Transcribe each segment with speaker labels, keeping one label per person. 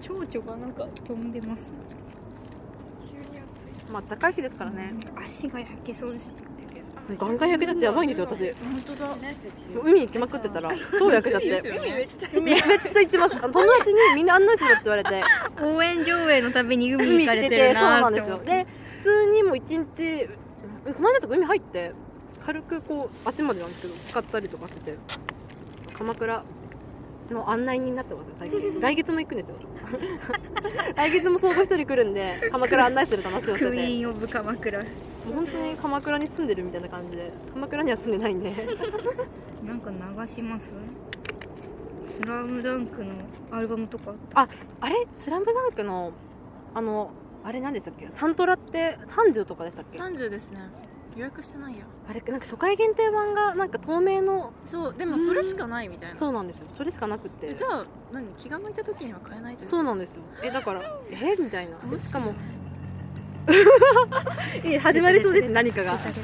Speaker 1: 蝶々がなんか飛んでます。
Speaker 2: 急に暑い
Speaker 3: まあ高い日ですからね、
Speaker 1: うん足が焼けそうです。
Speaker 2: あ
Speaker 3: ガンガン焼けちゃってやばいんですよ私
Speaker 1: 本当だ。
Speaker 3: 海に行きまくってたら超焼けちゃっ
Speaker 2: いいで
Speaker 3: て
Speaker 2: すよ
Speaker 1: 海めっ
Speaker 2: ね
Speaker 1: ちゃ
Speaker 3: めっちゃ行ってますあの友達にみんな案内しろって言われて
Speaker 1: 応援上映のために海
Speaker 3: 海
Speaker 1: に行か
Speaker 3: 行っ
Speaker 1: れ
Speaker 3: て
Speaker 1: てる
Speaker 3: てそうな
Speaker 1: なー
Speaker 3: ん
Speaker 1: って
Speaker 3: です
Speaker 1: 思
Speaker 3: よ
Speaker 1: って。
Speaker 3: で普通にもう一日うんこの間とか海入って軽くこう足までなんですけど使ったりとかしてて鎌倉の案内人になってますね最近来月も行くんですよ 来月も相互一人来るんで鎌倉案内する楽しみをして
Speaker 1: クイ
Speaker 3: て
Speaker 1: ーンオブ鎌倉。
Speaker 3: もう本当に鎌倉に住んでるみたいな感じで鎌倉には住んでないんで
Speaker 1: なんか流します。スラムダンクのアルバムとか。
Speaker 3: あれ「スラムダンクのあのあれ何でしたっけサントラって30とかでしたっけ
Speaker 2: 三十ですね予約してないや
Speaker 3: あれなんか初回限定版がなんか透明の
Speaker 2: そうでもそれしかないみたいな
Speaker 3: そうなんですよそれしかなくって
Speaker 2: えじゃあ何気が向いた時には買えないという
Speaker 3: そうなんですよえだからえみたいな
Speaker 2: どう
Speaker 3: し
Speaker 2: し
Speaker 3: か
Speaker 2: よう
Speaker 3: もえ始まりそうです何かが
Speaker 1: 出た出た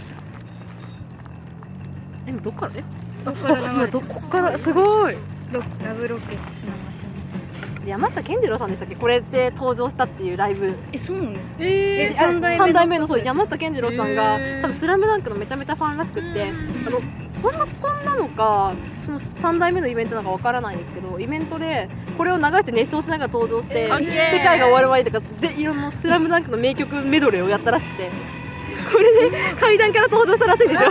Speaker 3: えどっからえ
Speaker 1: どこから流
Speaker 3: 今
Speaker 1: れて
Speaker 3: ど
Speaker 1: る
Speaker 3: こからすごい
Speaker 1: ロックラブロケッツの場所です。
Speaker 3: 山下健二郎さんでしたっけこれで登場したっていうライブ
Speaker 1: え、そうなんです。
Speaker 3: え
Speaker 1: え三代目の
Speaker 3: 3代目のそう山下健二郎さんが
Speaker 2: へー
Speaker 3: 多分「スラムダンクのめちゃめちゃファンらしくってあのそんなこんなのかその3代目のイベントなんかわからないんですけどイベントでこれを流して熱唱しながら登場して、
Speaker 1: えーかっけ
Speaker 2: ー
Speaker 3: 世界が終わる前とかでいろんな「スラムダンクの名曲メドレーをやったらしくてこれで階段から登場したらしいんですよ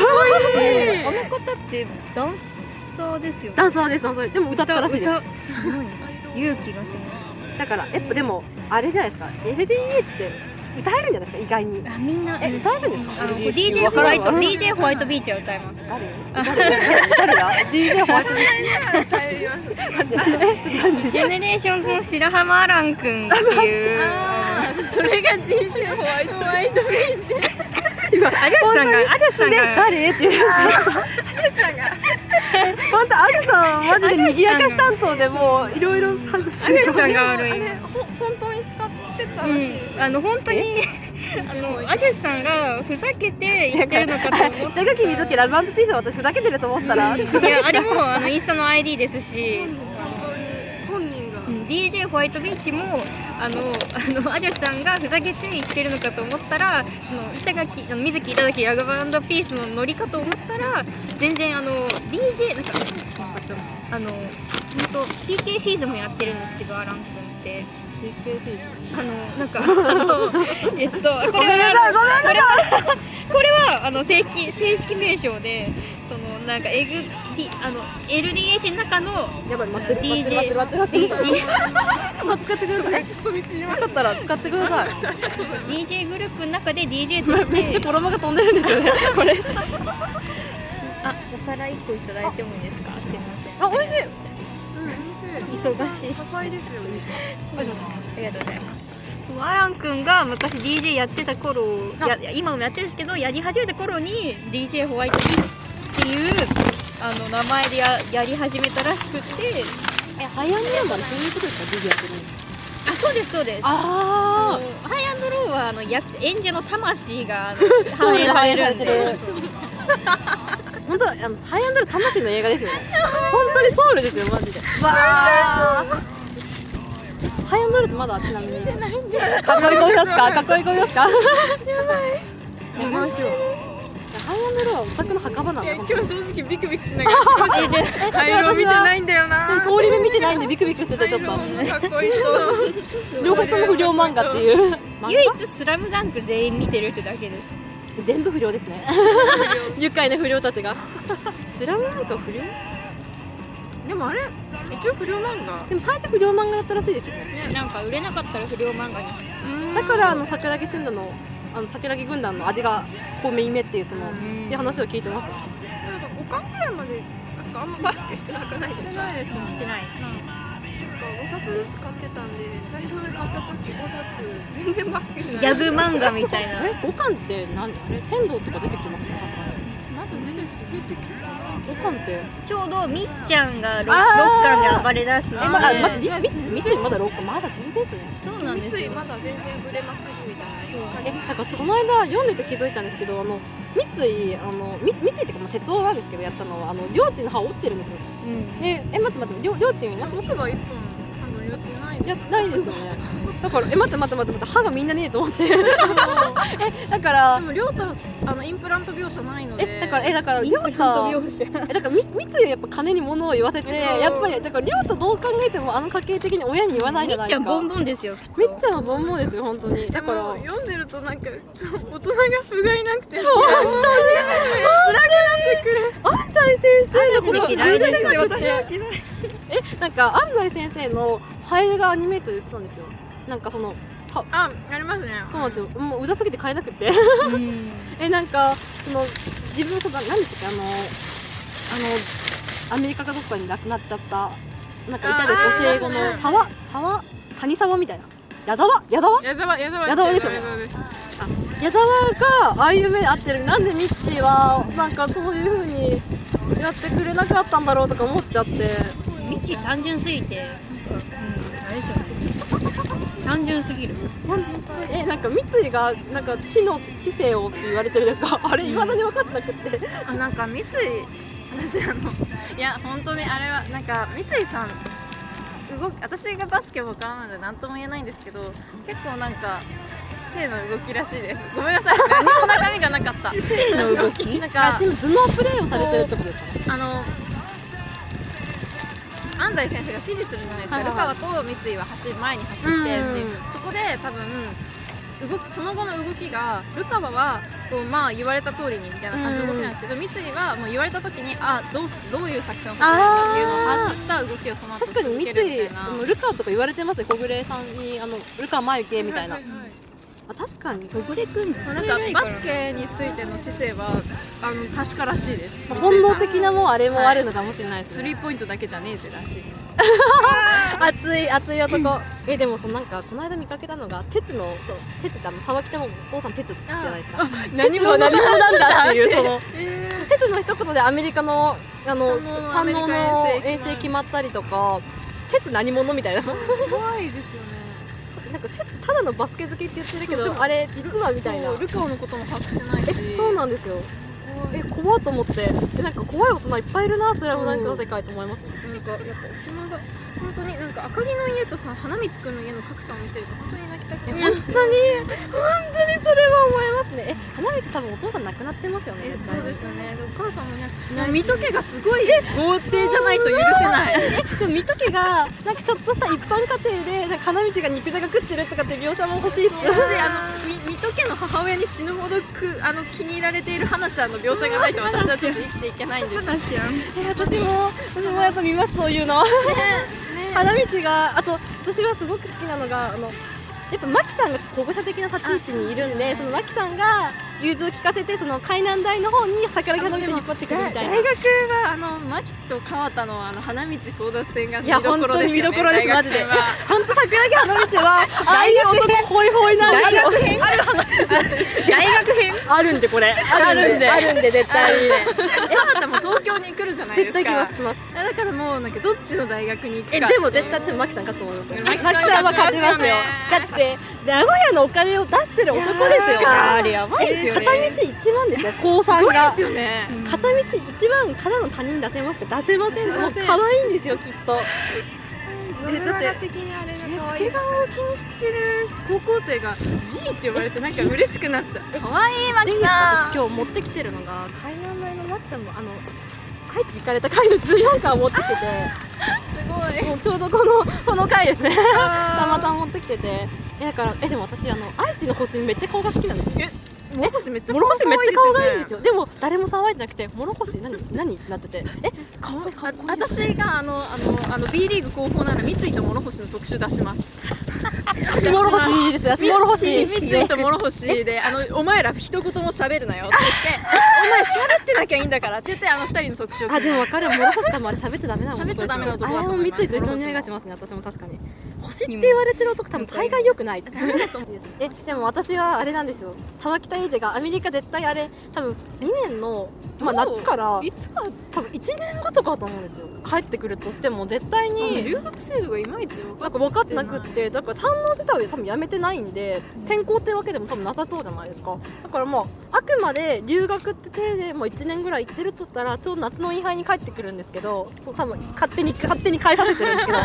Speaker 1: えーあの方ってダンサーですよね。
Speaker 3: ダンサーですダンサーですでも歌ったらしいです
Speaker 1: 歌歌すごいね。勇気がします。
Speaker 3: だからやっぱでもあれじゃないですか LDH って歌えるんじゃないですか意外に
Speaker 1: あ、みんな。
Speaker 3: え歌えるんですか
Speaker 1: あの
Speaker 3: LDH
Speaker 1: DJ ホワイト、
Speaker 3: わからんわ
Speaker 1: DJ ホワイトビーチは歌います。
Speaker 3: 誰誰が DJ ホワイトビー チだって
Speaker 1: ジェネレーションズの白浜アランくんっていう。あ
Speaker 2: あーそれが DJ ホワイトホワイトビーチ
Speaker 3: 今
Speaker 1: の、アジャスさんが、アジャスさん
Speaker 3: で
Speaker 1: が、
Speaker 3: 誰っていうやつ本当アルさんマジでにぎやかし担当でもういろいろ参加す
Speaker 1: アジャ
Speaker 3: る
Speaker 1: スさんが悪い。
Speaker 2: 本当に使ってた
Speaker 1: うん、あの本当にあ
Speaker 2: DJ
Speaker 1: の
Speaker 2: ホワイト
Speaker 1: アジャスさんがふざけて言ってるのかと思った
Speaker 3: 手書き見ときラブピースは私ふざけてると思ったら
Speaker 1: いやあれもあのインスタの ID ですし、
Speaker 2: 本人が
Speaker 1: うん DJ ホワイトビーチもあのあのアジャスさんがふざけて言ってるのかと思ったらその板垣あの水木板垣ラブピースのノリかと思ったら全然あの DJ なんかあの本当 PK シーズンもやってるんですけどアラン君って。
Speaker 3: TK シーズン
Speaker 1: あのなんかあのえっとこれは
Speaker 3: ごめんなさい
Speaker 1: これはあの正規正式名称でそのなんかエグ T あの LDH の中の
Speaker 3: やばい待って
Speaker 1: DJ
Speaker 3: 待って待って待って待って使ってくださいよかったら使ってください
Speaker 1: DJ グループの中で DJ とし
Speaker 3: めっちゃ
Speaker 1: て
Speaker 3: 衣が飛んでるんですよねこれ
Speaker 1: あお皿一個いただいてもいいですかすいません
Speaker 3: あ美味しい
Speaker 1: 忙しい
Speaker 2: 多彩ですよね
Speaker 1: そうありがとうございますそうアラン君が昔 DJ やってた頃
Speaker 3: あ
Speaker 1: やいや今もやってるんですけどやり始めた頃に DJ ホワイトビーチっていうあの名前でややり始めたらしくて
Speaker 3: えハイアンドヤンバーのそういうことですか DJ やってるの
Speaker 1: あそうですそうです
Speaker 3: あ
Speaker 1: あのハイアンドローはあのや演者の魂があの反映されるんで
Speaker 3: そう本当あのハイアンドル魂の映画ですよね。本当にソウルですよマジで。わあ。ハイアンドルってまだちなみに。囲い込みますか？囲い込みますか？
Speaker 1: 見ましょう
Speaker 3: ハイアンドルはオタクの墓場なん
Speaker 2: い
Speaker 3: だ。
Speaker 2: や
Speaker 3: 本
Speaker 2: 今
Speaker 3: 当に
Speaker 2: 日正直ビクビクしながら
Speaker 1: えじゃ
Speaker 2: 灰色見てないんだよな
Speaker 3: でも通り目見てないんでビクビクしててちょっ
Speaker 2: 灰色
Speaker 3: と。
Speaker 2: もかっこいいと
Speaker 3: 両方とも不良漫画って
Speaker 2: う
Speaker 3: いう。
Speaker 1: あ
Speaker 3: 漫
Speaker 1: 唯一スラムダンク全員見てるってだけです
Speaker 3: 画全部不良ですね。愉快な不良たちが。スラムなんか不良？
Speaker 2: でもあれ一応不良漫画
Speaker 3: でも最初不良漫画だったらしいですよね。
Speaker 1: なんか売れなかったら不良漫画に
Speaker 3: だからあの桜木俊太のあの桜木軍団の味がこうめいめっていうその
Speaker 1: うん
Speaker 3: で話を聞いてます。
Speaker 2: なんか五巻ぐらいまでなんかあんまバスケしてなくないですかしてないですなんか
Speaker 1: してないし
Speaker 2: 5冊ずつ買ってたんで最初に買った時5冊全然バスケしない
Speaker 1: ギャグ漫画みたいな
Speaker 3: え五巻ってなんあれ仙道とか出てきますかさすがに。
Speaker 2: まず出てきて出てきて
Speaker 3: 五巻ってえ
Speaker 1: ちょうどみっちゃんが 6,
Speaker 3: あ
Speaker 1: 巻
Speaker 3: ー
Speaker 1: で暴れ出す
Speaker 3: まだ
Speaker 2: ね
Speaker 3: まだりみ三井まだ六巻まだ全然ですね。
Speaker 1: そうなんです
Speaker 2: 三井
Speaker 1: よ
Speaker 2: まだ全然ブレまくりみたいな感
Speaker 3: え
Speaker 2: じ
Speaker 3: なんかそこの間読んでて気づいたんですけどあの三井あのみ三井っていうかまあ鉄夫なんですけどやったのはあの両親の歯を折ってるんですよ。
Speaker 1: うん
Speaker 3: でえ待って待って両両親なんか
Speaker 2: 僕は一本あの両余地ない
Speaker 3: いやないですよねだからえ待って待って待って待って歯がみんなねえと思って えだから
Speaker 2: でも亮太あのインプラント描写ないので
Speaker 3: えだからえだから
Speaker 1: イン
Speaker 3: 亮
Speaker 1: プラント
Speaker 3: 太
Speaker 1: 描写
Speaker 3: えだからみ三井はやっぱ金に物を言わせて
Speaker 2: そう
Speaker 3: やっぱりだから亮太どう考えてもあの家系的に親に言わないじゃ
Speaker 1: み
Speaker 3: な
Speaker 1: っ
Speaker 3: い
Speaker 1: ち
Speaker 3: で
Speaker 1: ゃ
Speaker 3: す
Speaker 1: ん
Speaker 3: か
Speaker 1: ボン
Speaker 3: みっ
Speaker 1: ボンですよ
Speaker 3: ちゃんはボンボンですよ本当にだ
Speaker 2: で
Speaker 3: から
Speaker 2: も読んでるとなんか 大人が不甲斐なくて
Speaker 3: 安西先生のこと
Speaker 1: 安西先生嫌いですよ
Speaker 3: 偶然じゃなくて
Speaker 2: い
Speaker 3: えなんか安西先生のハエがアニメートで言ってたんですよなんかその
Speaker 2: あありますね
Speaker 3: そうなんですよもううざすぎて買えなくて
Speaker 1: うん
Speaker 3: えなんかその自分その何でしたっけあのあのアメリカかどっかに亡くなっちゃったなんかいた
Speaker 2: あー
Speaker 3: です教え子
Speaker 2: ありま
Speaker 3: の
Speaker 2: したね
Speaker 3: 沢沢谷沢みたいな矢沢矢沢
Speaker 2: 矢沢矢沢
Speaker 3: 矢沢ですよね
Speaker 2: 矢沢です
Speaker 3: 矢沢がああいう目に遭ってるのになんでミッチーはなんかそういう風にやってくれなかったんだろうとか思っちゃって
Speaker 1: ミッチー単純すぎて、なんかうん、あれですよね。単純すぎる。
Speaker 3: なんえなんか三井がなんか知能知性をって言われてるんですかあれいまだに分かってなくって
Speaker 2: あなんか三井私あのいや本当にあれはなんか三井さん動き私がバスケ分からないので何とも言えないんですけど結構なんか知性の動きらしいですごめんなさい何も中身がなかった知性
Speaker 1: の動き
Speaker 2: なん
Speaker 3: あ
Speaker 2: か
Speaker 3: でも頭脳プレイをされてるってことですかね
Speaker 2: あの安西先生が指示するじゃないですか、
Speaker 3: はいはい
Speaker 2: ルカワと三井は走前に走ってっていう
Speaker 3: うん
Speaker 2: そこで多分動きその後の動きがルカワはこうまあ言われた通りにみたいな感じの動きなんですけど、三井はもう言われた時にあどうすどういう作戦を立てるかっていうのを把握した動きをその後
Speaker 3: 確かに
Speaker 2: 続
Speaker 3: 三
Speaker 2: けるみた
Speaker 3: 井
Speaker 2: いな
Speaker 3: あのルカとか言われてますよ小暮さんにあのルカ眉毛みたいな
Speaker 2: ははは
Speaker 3: あ確かに
Speaker 1: 小暮くん、
Speaker 2: そうなんかバスケについての知性はあの確からしいです
Speaker 3: まあ本能的な
Speaker 2: も
Speaker 3: もんあれもあるのかもしれないです
Speaker 2: ス
Speaker 3: ね、
Speaker 2: リーポイントだけじゃねえぜらしいです
Speaker 3: 熱い熱い男 えでもそのなんかこの間見かけたのが鉄のそう鉄ってあの沢北のお父さん鉄じゃないですか
Speaker 2: 何
Speaker 3: も 何もなんだっていうその
Speaker 2: えー
Speaker 3: 鉄の一言でアメリカのあの
Speaker 2: その
Speaker 3: 三能の
Speaker 2: アメリカ
Speaker 3: 遠
Speaker 2: 遠征決まる
Speaker 3: 征決まったりとか鉄何者みたいななんか
Speaker 2: 怖いですよね。
Speaker 3: 鉄ただのバスケ好きって言ってるけ
Speaker 2: そうで
Speaker 3: ど
Speaker 2: も
Speaker 3: あれ実はみたいな
Speaker 2: そうルカオのことも把握してない
Speaker 3: え
Speaker 2: し。。
Speaker 3: そうんなんですよえ怖っと思ってえなんか怖い大人いっぱいいるなスラムダンクの世界と思いますね
Speaker 2: なんかやっぱ大人が本当になんか赤木の家とさ花道くんの家の格差を見てると本当に泣きたくな
Speaker 3: 本
Speaker 2: る。
Speaker 3: 当に本当にそれは思いますねえ花道多分お父さん亡くなってますよね
Speaker 2: え
Speaker 3: 絶
Speaker 2: そ
Speaker 3: 対
Speaker 2: うで
Speaker 3: に
Speaker 2: すよね。でお母さんもいないし。もう見とけがすごい豪邸じゃないと許せない。
Speaker 3: でも水戸家がなんかちょっとした一般家庭で なんか花道が肉じゃが食ってるとかって描写も欲しいっす
Speaker 2: 私あのみ水戸家の母親に死ぬほどくあの気に入られている花ちゃんの描写がないと私はちょっと生きていけないん です。ね
Speaker 1: 花ちゃん。
Speaker 3: え私も私もやっぱ見ますそういうの
Speaker 2: ね。
Speaker 3: 花道があと私はすごく好きなのがあのやっぱマキさんがちょっと保護者的な立ち位置にいるんで
Speaker 2: あ
Speaker 3: そのマキさんが融通を聞かせてその海南大の方に桜木花道引っ張ってくるみたいな
Speaker 2: 大学はあの牧と川田のあの花道争奪戦が見
Speaker 3: い
Speaker 2: どころですよね。
Speaker 3: や本当に見どころです
Speaker 2: 大学生は
Speaker 3: マジ本当桜木花道 はああいう男ホイホイなんだよ
Speaker 1: 大学編。
Speaker 3: あるんでこれあ
Speaker 2: るんで
Speaker 3: あるんで絶対に
Speaker 2: 山田も東京に来るじゃないです
Speaker 3: 絶
Speaker 2: か
Speaker 3: 対来ます来ます
Speaker 2: だからもうなんかどっちの大学に行くか
Speaker 3: えでも絶対私マキさん勝つと思いますよ
Speaker 2: マ
Speaker 3: マ
Speaker 2: キ
Speaker 3: キ
Speaker 2: さ
Speaker 3: さ
Speaker 2: ん
Speaker 3: ん
Speaker 2: は
Speaker 3: は
Speaker 2: 勝
Speaker 3: 勝
Speaker 2: ち
Speaker 3: ち
Speaker 2: ま
Speaker 3: ますす
Speaker 2: よ
Speaker 3: よだって名古屋のお金を出してる男ですよ
Speaker 2: いやー
Speaker 3: あれやばいですよ片道1万ですよ高
Speaker 2: す
Speaker 3: 3
Speaker 2: ごい
Speaker 3: が
Speaker 2: ですよね
Speaker 3: 片道1万からの他人出せますか出せません
Speaker 2: 出せません
Speaker 3: もう可愛いんですよきっと
Speaker 2: えだってえ老け顔を気にしてる高校生が G って呼ばれてなんか嬉しくなっちゃう可愛いマ
Speaker 3: で私今日持ってきてるのが海南大のマキさんもあの入っていかれた回の14巻を持ってきて
Speaker 2: す
Speaker 3: て
Speaker 2: ごい
Speaker 3: もうちょうどこのこの回ですねた
Speaker 2: た
Speaker 3: またま持ってきててえだからえでも私あの愛知の星めっちゃ顔が好きなんですよ
Speaker 2: 諸星めっちゃ
Speaker 3: 諸星めっちゃ顔がいいんです
Speaker 2: よ
Speaker 3: よでも誰も騒いでなくて諸星何何ってなっててえ顔
Speaker 2: あ
Speaker 3: 顔
Speaker 2: 私があのあのあの B リーグ広報なら三井と諸星の特集出します
Speaker 3: 諸星いいですよ
Speaker 2: 三井
Speaker 3: 諸星いいです
Speaker 2: 三井と諸 星であのお前ら一言も喋るなよって言ってお前喋ってなきゃいいんだからって言ってあの二人の特集を
Speaker 3: あでも分かる諸星多分あれ喋っちゃダメなの
Speaker 2: 喋っちゃダメな男だ
Speaker 3: あ
Speaker 2: と
Speaker 3: れ
Speaker 2: 思
Speaker 3: も
Speaker 2: います
Speaker 3: 三井と一緒の匂いがしますね私も確かに星って言われてる男多分大概良くないえでも私はあれなんですよ沢北英二がアメリカ絶対あれ多分2年の、まあ、
Speaker 2: どう
Speaker 3: 夏から
Speaker 2: いつか
Speaker 3: 多分1年後とかだと思うんですよ帰ってくるとしても絶対
Speaker 2: そう
Speaker 3: に
Speaker 2: 留学制度がいまいち分か
Speaker 3: なん
Speaker 2: っ
Speaker 3: か分かってなくってだから三能自体は多分やめてないんで転校ってわけでも多分なさそうじゃないですかだからまああくまで留学って手でもう1年ぐらい行ってるとしたらちょうど夏のインハイに帰ってくるんですけどそう多分勝手に勝手に帰させてるんですけど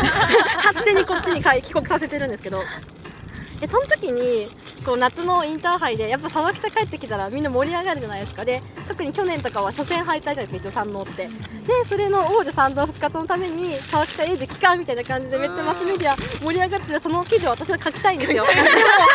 Speaker 3: 勝手にこっちに帰はい、帰国させてるんですけど。で、その時に、こう夏のインターハイで、やっぱ佐々木さ帰ってきたらみんな盛り上がるじゃないですか。で、特に去年とかは初戦敗退じゃないですか、一応山王って。で、それの王女山王復活のために、佐々木さ英二帰還みたいな感じで、めっちゃマスメディア盛り上がってて、その記事を私は書きたいんですよ。でも、でも、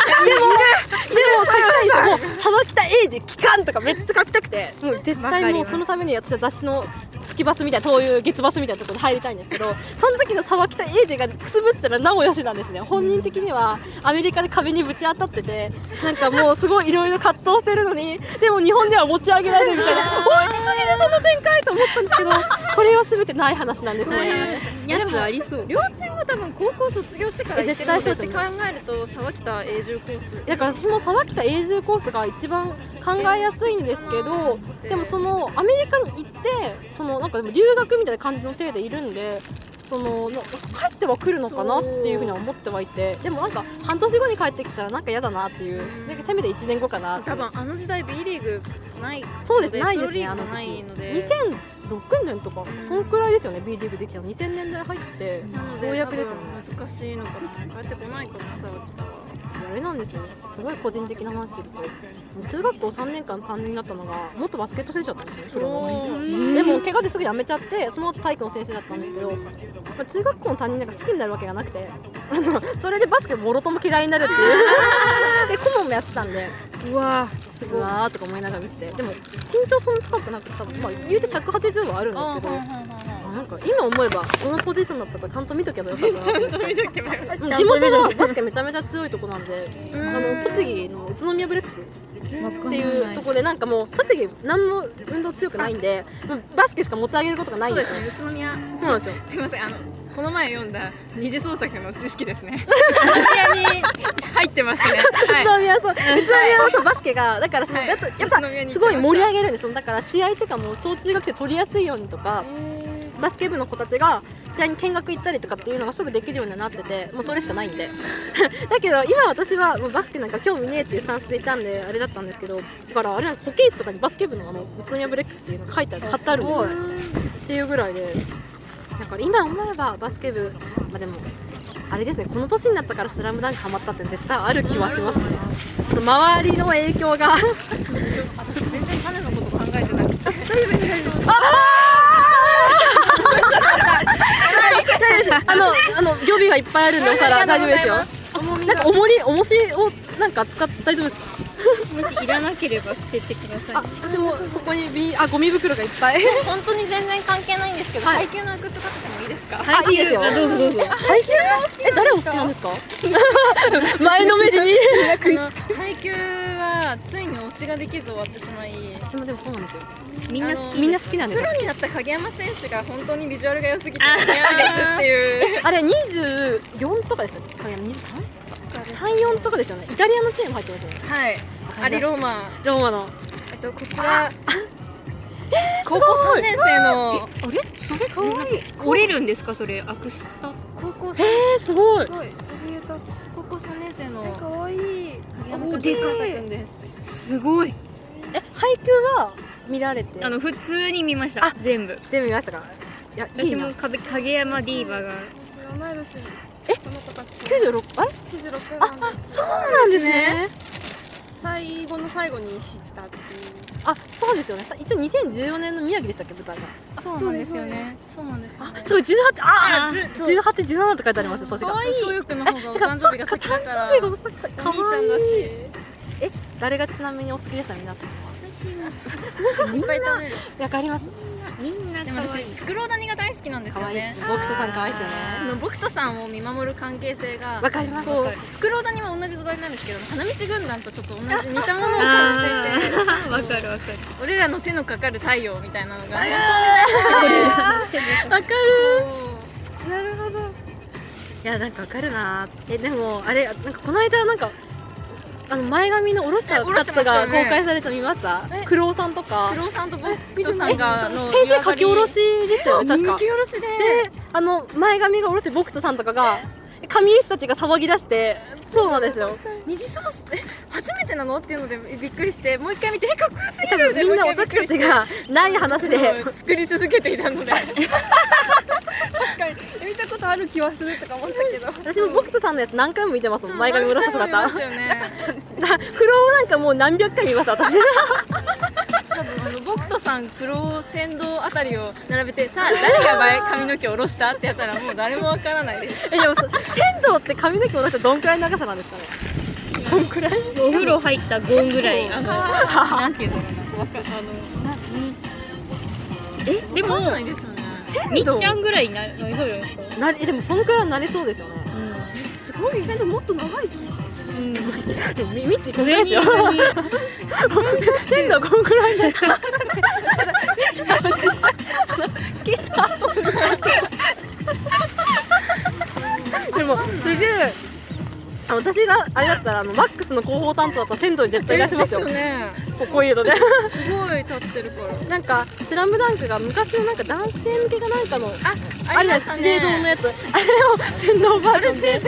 Speaker 3: でも書きたいんですよ。もう、佐々木さ英二帰還とかめっちゃ書きたくて、もう絶対もうそのために私は雑誌の月バスみたいなそういう月バスみたいなところに入りたいんですけどその時の沢北英二がくすぶってたらなおよしなんですね本人的にはアメリカで壁にぶち当たっててなんかもうすごいいろいろ葛藤してるのにでも日本では持ち上げられるみたいな「おい実にいるその展開!」と思ったんですけどこれは全てない話なんです
Speaker 1: そういう
Speaker 3: ね
Speaker 1: 話やつありそう
Speaker 2: 両チームは多分高校卒業してから行ってることって
Speaker 3: 絶
Speaker 2: 考
Speaker 3: 対
Speaker 2: えると沢北永住コース
Speaker 3: だから私も沢北英二コースが一番考えやすいんですけどでもそのアメリカに行ってそのなんかでも留学みたいな感じの体でいるんでそのな帰っては来るのかなっていうふうには思ってはいてでもなんか半年後に帰ってきたらなんか嫌だなっていう
Speaker 2: うん
Speaker 3: なんかせめて1年後かなってい
Speaker 2: 多
Speaker 3: う
Speaker 2: 分あの時代 B リーグない
Speaker 3: そうです
Speaker 2: で
Speaker 3: ないです
Speaker 2: プロリ
Speaker 3: ね
Speaker 2: ー
Speaker 3: あ
Speaker 2: グ
Speaker 3: の
Speaker 2: もない
Speaker 3: 時
Speaker 2: ので
Speaker 3: 2006年とかそのくらいですよね B リーグできたの2000年代入って
Speaker 2: なの
Speaker 3: よう
Speaker 2: で
Speaker 3: や
Speaker 2: 多
Speaker 3: くですよね
Speaker 2: 分難しいのかな帰ってこないかな沢北は
Speaker 3: あれなんですよねすごい個人的な話ですけど中学校3年間担任になったのが元バスケット選手だったんですよプロのでも怪我ですぐ辞めちゃってその後体育の先生だったんですけど、まあ、中学校の担任なんか好きになるわけがなくて あのそれでバスケもろとも嫌いになるっていうで顧問もやってたんで
Speaker 1: うわーす
Speaker 3: う
Speaker 1: ごい
Speaker 3: わーとか思いながら見ててでも身長そんな高くなくて多分、まあ、言うて180はあるんですけどあなんか今思えばこのポジションだったからちゃんと見とけばよかったなって
Speaker 2: ちゃんと見とけばよかっ
Speaker 3: うん地元がバスケめちゃめちゃ強いとこなんで
Speaker 2: た
Speaker 3: あの栃木の宇都宮ブレックスっ
Speaker 2: って
Speaker 3: いうところでなんかもう栃木何も運動強くないんでもうバスケしか持ち上げることがない
Speaker 2: そ
Speaker 3: ん
Speaker 2: う
Speaker 3: で
Speaker 2: ですす
Speaker 3: よ
Speaker 2: ね宇都宮
Speaker 3: そうなんですよ
Speaker 2: すいませんあのこの前読んだ二次創作の知識です ね宇都宮に入ってましたね
Speaker 3: 宇
Speaker 2: は
Speaker 3: 都宮そう宇都宮はそうバスケがだからその
Speaker 2: はい
Speaker 3: やっぱやっ
Speaker 2: 宇都宮
Speaker 3: ぱ
Speaker 2: に
Speaker 3: すごい盛り上げるんですよだから試合とかも小中学生取りやすいようにとかバスケ部の子たちが試合に見学行ったりとかっていうのがすぐできるようになっててもうそれしかないんで だけど今私はもうバスケなんか興味ねえっていうスタンスでいたんであれだったんですけどだからあれなんです保健室とかにバスケ部のあの宇都宮ブレックスっていうのが書いてある貼ってあるんですよっていうぐらいでだから今思えばバスケ部まあでもあれですねこの年になったから「スラムダンクハマったって絶対ある気はしますね周りの影響が
Speaker 2: いちょっと私全然種のこと考えてなくて大丈夫です大丈夫です
Speaker 3: あのあの予備がいっぱいあるんでお
Speaker 2: あ
Speaker 3: 皿
Speaker 2: りが
Speaker 3: 大
Speaker 2: と
Speaker 3: 丈
Speaker 2: う
Speaker 3: 夫
Speaker 2: ご
Speaker 3: ですよ
Speaker 2: ざいます重み
Speaker 3: なん
Speaker 2: が
Speaker 3: か重り重しをなんか使って大丈夫ですか
Speaker 1: もしいらなければ捨ててください
Speaker 3: あでもここにビあゴミ袋がいっぱい
Speaker 2: 本当に全然関係ないんですけど、
Speaker 3: はい
Speaker 2: 階級のアクス立ててもいいですか
Speaker 3: あいいですよ
Speaker 1: あどうぞどうぞ
Speaker 3: 配給え誰お好きなんですか 前のめりに
Speaker 2: あの配給はついに推しができず終わってしまい
Speaker 3: 私もでもそうなんですよ
Speaker 1: みんな好
Speaker 2: あ
Speaker 1: き
Speaker 2: の
Speaker 3: みんな好きなんです
Speaker 2: プ
Speaker 3: よ
Speaker 2: ロになった影山選手が本当にビジュアルが良すぎて嫌ですっていう
Speaker 3: あれ24とかですよねあいや23 34とかですよねイタリアのチーム入ってますよね
Speaker 2: はいアリローマ
Speaker 3: ローマの
Speaker 2: えっとこちら高校3年生の
Speaker 1: あれそれか
Speaker 3: わ
Speaker 1: い折れるんですかそれアクスタ
Speaker 2: 高校
Speaker 3: えー、すごい
Speaker 2: 高校3年生の
Speaker 4: かわいい。
Speaker 2: 影山君
Speaker 1: おで
Speaker 2: 君です
Speaker 1: すごい
Speaker 3: え配給は見られて
Speaker 1: あの普通に見ました
Speaker 3: あ
Speaker 1: 全部
Speaker 3: 全部見ましたかいやいい
Speaker 1: 私
Speaker 3: な
Speaker 1: も壁影山ディーバが
Speaker 4: 同い年。
Speaker 3: え
Speaker 4: この子たち。
Speaker 3: 96あれ
Speaker 4: 九十六なんです。
Speaker 3: そうなんですね
Speaker 4: 最後の最後に知ったっていう。
Speaker 3: あそうですよねさ一応2014年の宮城でしたっけ舞台が
Speaker 2: そうなんですよねそうなんですよね
Speaker 3: すごい18あ
Speaker 1: あ
Speaker 3: ー
Speaker 2: そう
Speaker 3: 18、17って書いてありますよ年が
Speaker 2: 可愛い小浴の方がお誕生日が先だから
Speaker 3: 最後
Speaker 2: お
Speaker 3: 遅いか
Speaker 2: 兄ちゃんだし
Speaker 3: 誰がちなみにお好きでした皆さん
Speaker 1: 私はい
Speaker 2: っぱい食べる
Speaker 3: わかります
Speaker 1: みんな
Speaker 2: でも
Speaker 1: 可愛
Speaker 2: 私
Speaker 1: い
Speaker 2: フクロウダニが大好きなんです
Speaker 3: 可
Speaker 2: よ
Speaker 3: 愛い
Speaker 2: ね
Speaker 3: ですね僕とさん可愛いですよ
Speaker 2: あ
Speaker 3: ね
Speaker 2: の僕とさんを見守る関係性が
Speaker 3: わかります
Speaker 2: こ
Speaker 1: わか
Speaker 2: う
Speaker 1: る
Speaker 2: フクロウダニは同じ土台なんですけど花道軍団とちょっと同じ似たものを感
Speaker 1: あ
Speaker 2: じてい て
Speaker 1: ーわかるわかる
Speaker 2: 俺らの手のかかる太陽みたいなのが本
Speaker 3: わかる
Speaker 2: 当にこ
Speaker 3: なるほどいやなんかわかるなーえでもあれなんかこの間なんかあの前髪の下ろした
Speaker 2: え
Speaker 3: カ
Speaker 2: 下ろして
Speaker 3: ット
Speaker 2: ました
Speaker 3: が
Speaker 2: よ
Speaker 3: 公
Speaker 2: ね
Speaker 3: 開されたの見ました
Speaker 2: え
Speaker 3: クロウさんと
Speaker 2: う
Speaker 3: か
Speaker 2: フクロウさんと僕とさんがの
Speaker 3: 先生書き下ろしですよね確
Speaker 2: 確か
Speaker 3: か
Speaker 2: 書き下ろしで
Speaker 3: であの前髪が下ろして僕とさんとかが髪絵師たちが騒ぎ出してそうなんですよ
Speaker 2: 二次創作え初めてなのっていうのでびっくりしてもう一回見てえかっこよすぎ
Speaker 3: 多
Speaker 2: る
Speaker 3: 分みんな
Speaker 2: もう
Speaker 3: 私
Speaker 2: 一回び
Speaker 3: た
Speaker 2: っく
Speaker 3: ち
Speaker 2: りして
Speaker 3: がない話で
Speaker 2: 作り続けていたので確かに見た
Speaker 4: ることある気はするとか思ったけど
Speaker 3: 私も僕とさんのやつ何回も見てますもん前髪
Speaker 2: 裏
Speaker 3: 裏さ姿
Speaker 2: ましたよね
Speaker 3: な黒をなんかもう何百回見ます私
Speaker 2: 多分あの僕とさん黒先導あたりを並べてさあ誰が前髪の毛下ろしたってやったらもう誰もわからないです
Speaker 3: えでもそう剣道って髪の毛下ろしたらどんくらいの長さなんですかねどんくらい
Speaker 1: お風呂入ったゴンぐらいあの なんていうのかなわかあのえで
Speaker 2: わかんない
Speaker 1: も
Speaker 2: ですよね
Speaker 1: みっちゃんぐらいにななりそうじゃないですか
Speaker 3: なえでもそのくらいはなれそうですよね
Speaker 4: すごいけどもっと長い気する
Speaker 1: うん、うん、
Speaker 3: でも みみっちこ
Speaker 1: ト
Speaker 3: んぐら
Speaker 1: レ
Speaker 3: い
Speaker 1: ーニ
Speaker 3: ですよ
Speaker 1: ングに
Speaker 3: 剣道こんくらいだったでもすげえあ私があれだったらあのマックスの広報担当だったら銭湯に絶対出せますよ
Speaker 2: ね
Speaker 3: ここう いうので
Speaker 2: すごい立ってるから
Speaker 3: なんか「スラムダンクが昔のなんか男性向けがなんかの
Speaker 2: あ
Speaker 3: あ
Speaker 2: り
Speaker 3: れだ
Speaker 2: ました
Speaker 3: 資
Speaker 2: ね
Speaker 3: 生堂のやつあれを洗脳バージョンで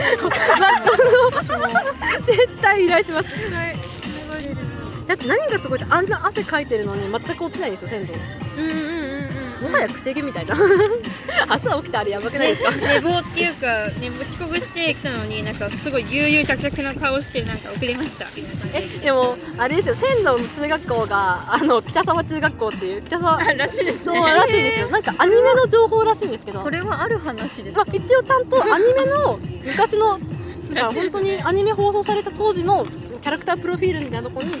Speaker 3: 絶対依頼します
Speaker 2: お願いお願いしま
Speaker 3: だって何がすごいってあんな汗かいてるのに全く落ちないんですよ銭
Speaker 2: すうんうんうん
Speaker 3: 湯
Speaker 2: うん
Speaker 3: もはや癖毛みたいな 朝起きたあれやばくないですか
Speaker 1: 寝坊っていうか、ね、遅刻してきたのになんかすごい悠々着々な顔してなんか遅れましたみたいな感
Speaker 3: え
Speaker 1: じで
Speaker 3: でもあれですよ線路の中学校があの北沢中学校っていう北沢
Speaker 2: あらしいです
Speaker 3: そう
Speaker 2: ね
Speaker 3: らしいですよなんかアニメの情報らしいんですけど
Speaker 1: れはある話で
Speaker 3: まあ一応ちゃんとアニメの昔のだから
Speaker 2: らしい
Speaker 3: 本
Speaker 2: です
Speaker 3: 当に
Speaker 2: ね
Speaker 3: アニメ放送された当時のキャラクタープロフィールみたいなとこに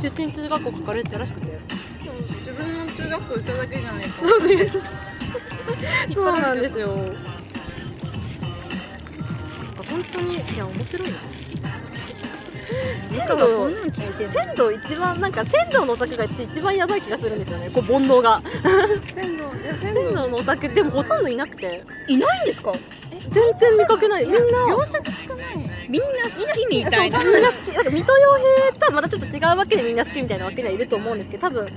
Speaker 3: 出身中学校書かれてたらしくて
Speaker 2: 自分の中学校行っただけじゃないか
Speaker 3: そうなんですよなんか本当にいや面白いな
Speaker 1: なんかこんなん聞いてんの
Speaker 3: 仙道一番なんか仙道のオタクが一番やばい気がするんですよねこう煩悩が
Speaker 4: 鮮度いや鮮
Speaker 3: 仙
Speaker 4: 度
Speaker 3: 道のオタクでもほとんどいなくて
Speaker 1: いないんですか
Speaker 3: 全然見かけ ないみんな
Speaker 2: 描写が少ない
Speaker 1: みんな好きみたいな
Speaker 3: みんな好きなんか水戸洋平とはまたちょっと違うわけでみんな好きみたいなわけではいると思うんですけど多分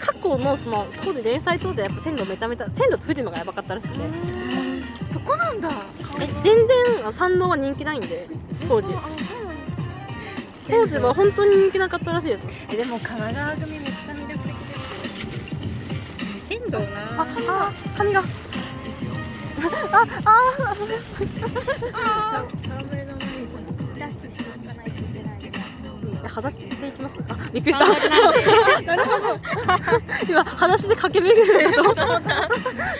Speaker 3: 過去のその当時連載当時はやっぱ鮮度めちゃめちゃ鮮度と藤野がやばかったらしくて
Speaker 2: そこなんだ
Speaker 3: え全然三能は人気ないんで当時
Speaker 4: あそうなんですか
Speaker 3: 当時は本当に人気なかったらしいです
Speaker 2: えでも神奈川組めっちゃ魅力的ですよ
Speaker 1: 仙道な
Speaker 3: ああ髪が
Speaker 2: サラブレのお兄さん
Speaker 3: え裸足でいきますあびっくりし
Speaker 1: サンダルなんで
Speaker 3: たなるほど今裸足で駆け巡るのかと思った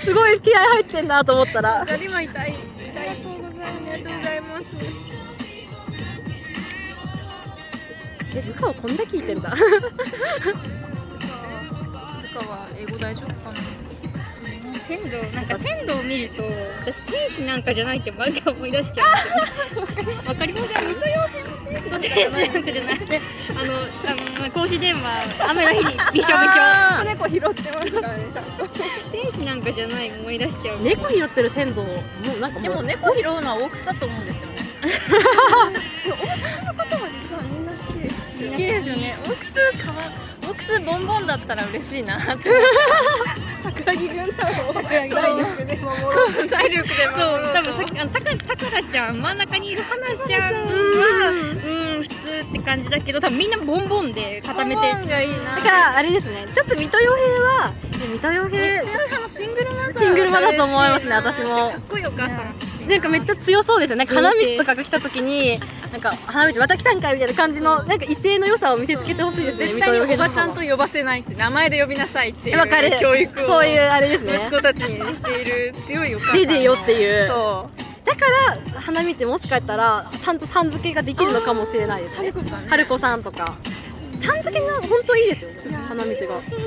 Speaker 3: すごい気合入ってんなと思ったら
Speaker 2: 砂利マ痛い痛い
Speaker 4: ありがとうございます
Speaker 2: ありがとうございます
Speaker 3: え部下をこんだけ聞いてんだ
Speaker 2: とかは英語大丈夫かな
Speaker 1: 仙道なんか仙道を見ると私天使なんかじゃないって毎回思い出しちゃうんですよわかります水戸洋平も天使なんかじゃないあのあの公衆電話雨の日にびしょびしょ
Speaker 3: あー
Speaker 4: 猫拾ってますからねちゃんと
Speaker 1: 天使なんかじゃない思い出しちゃう
Speaker 3: 猫拾ってる鮮度もうなんか
Speaker 2: で
Speaker 3: も
Speaker 2: も
Speaker 3: う
Speaker 2: 猫拾うのは大草だと思うんですよね
Speaker 4: 言葉実はみんな好きです
Speaker 2: 好きですよね大草かわ大草ボンボンだったら嬉しいなって
Speaker 4: 桜木軍団を桜木軍団で守ろう
Speaker 2: 体力で
Speaker 1: そ
Speaker 2: も
Speaker 1: う多分さあのさかさくらちゃん真ん中にいるはなちゃんはうん普通って感じだけど多分みんなボンボンで固めて
Speaker 2: ボンボンがいいな
Speaker 3: だからあれですねちょっと水戸洋平はえ水戸洋
Speaker 2: めっ
Speaker 3: 平
Speaker 2: ちゃあのシングルマザー
Speaker 3: シングルマザーと思いますね私も
Speaker 2: かっこいいお母さん欲しい
Speaker 3: なんかめっちゃ強そうですよね花道とかが来た時になんか花道また来たんかいみたいな感じのなんか威勢の良さを見せつけてほしいですね
Speaker 2: 絶
Speaker 3: 水
Speaker 2: 対
Speaker 3: 戸
Speaker 2: に
Speaker 3: 洋
Speaker 2: お
Speaker 3: 平の
Speaker 2: ば
Speaker 3: 方
Speaker 2: ちゃんと呼ばせないって名前で呼びなさいってい
Speaker 3: わかる
Speaker 2: う教育を
Speaker 3: そういうあれですね
Speaker 2: 息子たちにしている強いお母さん
Speaker 3: 出てよっていう
Speaker 2: そ
Speaker 3: 花道もしかしたらちゃんとさん付けができるのかもしれないです
Speaker 2: う
Speaker 3: ね
Speaker 2: 子さん
Speaker 3: 春子さんとかさん付けが本当いいですよね花道が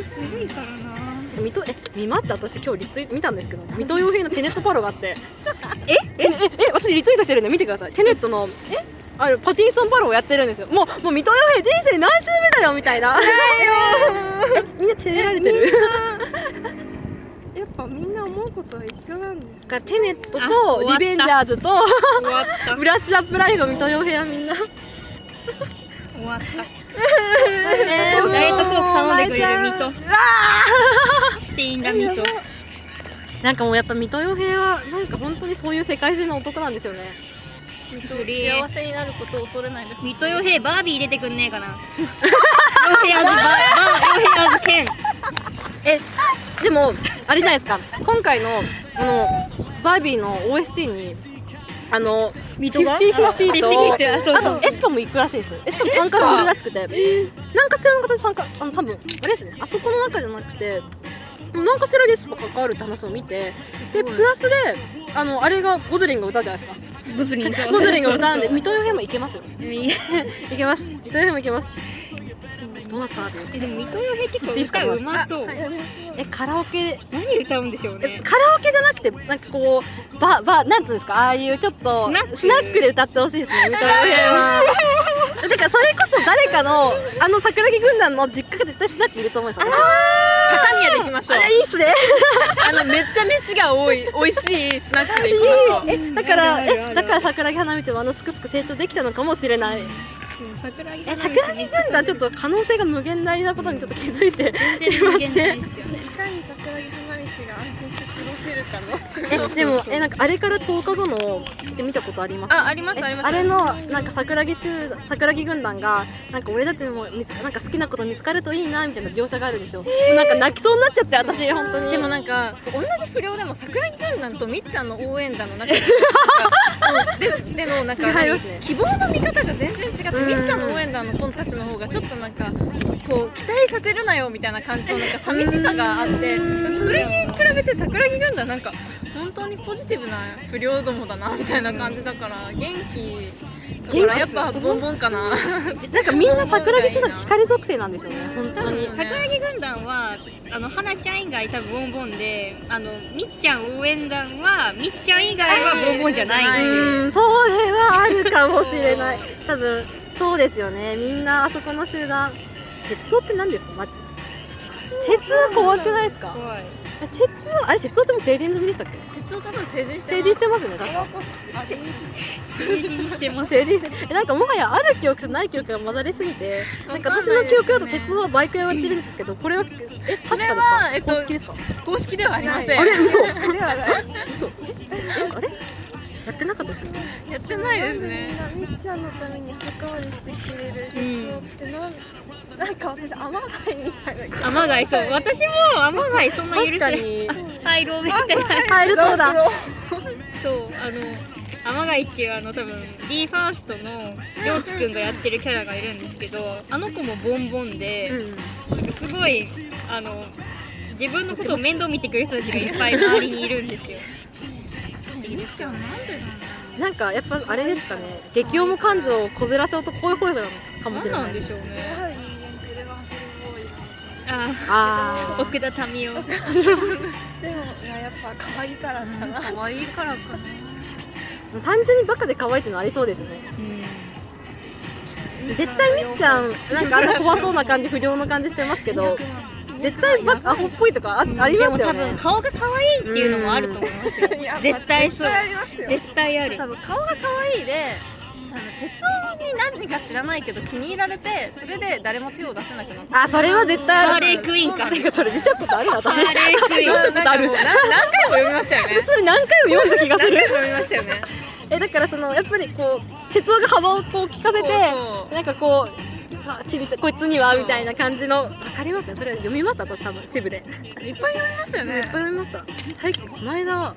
Speaker 1: ずるいからな
Speaker 3: 水戸え見まって私今日リツイ見たんですけど水戸洋平のテネットパロがあって
Speaker 1: え
Speaker 3: えええ私リツイートしてるんで見てくださいテネットのえあれパティンソンパロをやってるんですよもうもう水戸洋平人生何周目だよみたいな えみんな照れられてる
Speaker 4: やっぱみんな思うことは一緒なんです
Speaker 3: だからテネット
Speaker 1: あ終わっ
Speaker 3: と
Speaker 1: た
Speaker 3: リベンジャーズと
Speaker 1: 終わった
Speaker 3: ブラッシュアップライブ水戸洋平はみんな
Speaker 1: 終わった
Speaker 3: えもう
Speaker 1: ナイトコーク頼んでくれるミト
Speaker 3: 泣いちゃう
Speaker 1: していいんだミト
Speaker 3: なんかもうやっぱ水戸洋平はなんか本当にそういう世界中の男なんですよね
Speaker 1: 水
Speaker 2: 幸せになることを恐れないで
Speaker 1: 水戸洋平バービー入れてくんねえか な洋平アズバーバー洋平アズケン
Speaker 3: えでもあれじゃないですか今回のあのバービーの OST にあの
Speaker 1: ミトが
Speaker 3: 50 50
Speaker 1: あ
Speaker 3: と
Speaker 1: 50あそう
Speaker 3: あ
Speaker 1: そ
Speaker 3: と
Speaker 1: う
Speaker 3: エスパも行くらしいですよエスパも参加するらしくてなんかすらの形参加あの多分あれですねあそこの中じゃなくてなんかすらでエスパ関わるって話を見てでプラスであのあれがゴズリンが歌うじゃないですか
Speaker 1: ゴズリンそう
Speaker 3: ゴズリンが歌う んで水戸よへも行けますよ
Speaker 1: いや
Speaker 3: 行けます水戸よへも行けますどうなったなと思って
Speaker 1: でもミトヨヘ結構
Speaker 3: いいですか
Speaker 1: 歌うまそう、
Speaker 5: あはい
Speaker 3: えカラオケ
Speaker 1: 何歌うんでしょうね
Speaker 3: カラオケじゃなくてなんかこうババなんていうんですかああいうちょっと
Speaker 1: スナック
Speaker 3: で歌ってほしいですねみたいな。だからそれこそ誰かのあの桜木軍団の実家が絶対スナックいると思うんですよ。
Speaker 2: 高宮で行きましょう
Speaker 3: あれいいっすね。
Speaker 2: あのめっちゃ飯が多い美味しいスナックで行きましょう
Speaker 3: えだからえだから桜木花見てもあのすくすく成長できたのかもしれない。
Speaker 1: でも桜木
Speaker 3: え桜木軍団ちょっと可能性が無限大なことにちょっと気づいて。
Speaker 1: 全然無限大ですよね
Speaker 2: いかに桜木花道が安心して過ごせるかの
Speaker 3: えでもえなんかあれから10日後のって見たことあります。
Speaker 2: あありますあります
Speaker 3: あれのなんか桜木集団桜木軍団がなんか俺だってもう見つなんか好きなこと見つかるといいなみたいな描写があるんですよ、なんか泣きそうになっちゃって私本当に
Speaker 2: でもなんか同じ不良でも桜木軍団とみっちゃんの応援団の中でなんかででのなんか
Speaker 3: 違い
Speaker 2: 何
Speaker 3: ますね
Speaker 2: 希望の見方が全然違って
Speaker 3: うん
Speaker 2: みっちゃんの応援団の子たちの方がちょっとなんかこう期待させるなよみたいな感じのなんか寂しさがあって
Speaker 3: うん
Speaker 2: それに比べて桜木軍団なんか本当にポジティブな不良どもだなみたいな感じだから元気だからやっ ぱボンボンかな。
Speaker 3: なんかみんな桜木集団光属性なんですよね本
Speaker 1: 多
Speaker 3: 当
Speaker 1: 分
Speaker 3: に
Speaker 2: そうですよね
Speaker 1: 桜木軍団はあの花ちゃん以外多分ボンボンであのみっちゃん応援団はみっちゃん以外はボンボンじゃないんですよ、
Speaker 3: うんそれはあるかもしれない多分そうですよねみんなあそこの集団鉄夫って何ですかマジ鉄夫怖くないですか
Speaker 1: 怖い
Speaker 3: え鉄夫あれ鉄夫ってもう成人済みでしたっけ
Speaker 2: 節を多分成人して
Speaker 3: 成人
Speaker 2: ます
Speaker 3: してますよね確か
Speaker 1: 成人してます
Speaker 3: 成人してえなんかもはやある記憶とない記憶が混ざりすぎてなんか私の記憶だと鉄道はバイク屋をやってるんですけどこれはえ確かですか
Speaker 2: はえっと
Speaker 3: 公式ですか
Speaker 2: 公式ではありません
Speaker 3: あれ嘘嘘ええあれやってなかったですよね
Speaker 2: やってないですね
Speaker 6: みっちゃんのためにあそこまでしてくれる
Speaker 1: う
Speaker 6: 哲夫
Speaker 1: ん
Speaker 6: ってなん、なんか私甘がいみたいな感
Speaker 1: 甘がいそう私も甘がいそんな許せ
Speaker 3: 確
Speaker 1: な
Speaker 3: か
Speaker 1: い
Speaker 3: に
Speaker 1: 入ろうみたいな
Speaker 3: 入るそうだ
Speaker 1: そうあの天貝っていうあの多分 b ファーストのりょうきくんがやってるキャラがいるんですけどあの子もボンボンで、すごいあの自分のことを面倒見てくれる人たちがいっぱい周りにいるんですよ。
Speaker 2: みっちゃんなんでなんだ
Speaker 3: うんなんかやっぱあれですかね激重感情をこずらせようとこういう方なのかも
Speaker 1: 何
Speaker 3: しれ
Speaker 1: な
Speaker 3: なん
Speaker 1: で
Speaker 3: い
Speaker 1: しょう
Speaker 6: じ
Speaker 1: ね。
Speaker 6: ある人間ってでもそれも多い
Speaker 1: あ
Speaker 3: あ
Speaker 1: ー
Speaker 3: ー
Speaker 1: 奥田民生。
Speaker 6: でもいややっぱ可愛いからかな
Speaker 2: 可愛いからかな
Speaker 3: 単純にバカで可愛いってのありそうですね絶対みっちゃんなんかあんな怖そうな感じ不良の感じしてますけど絶対バカアホっぽいとかああります
Speaker 1: で
Speaker 3: よ
Speaker 1: も
Speaker 3: ね
Speaker 1: 多分顔が可愛いっていうのもあると思いますよ。絶対そう。
Speaker 6: ありますよ
Speaker 1: 絶対ある。
Speaker 2: 多分顔が可愛いで多分鉄音に何か知らないけど気に入られてそれで誰も手を出せなくなった
Speaker 3: あそれは絶対
Speaker 1: ハ
Speaker 3: あ
Speaker 1: ー
Speaker 3: る
Speaker 1: レークイーンか。ハ
Speaker 3: なんかそれ見たことあるな私
Speaker 1: ーレークイーン。
Speaker 2: なんかもう何何回も読みましたよね
Speaker 3: それ何回も読んだ気が
Speaker 2: 何
Speaker 3: す
Speaker 2: 回も
Speaker 3: る
Speaker 2: 読みましたよね
Speaker 3: えだからそのやっぱりこう鉄道が幅をこう聞かせて
Speaker 2: そう
Speaker 3: なんかこううわちびこいつにはみたいな感じのわかりますねそれは読みました私多分支部で
Speaker 2: そういっぱい読みましたよ
Speaker 3: いっぱい
Speaker 2: ね
Speaker 3: 読みましたはいこの間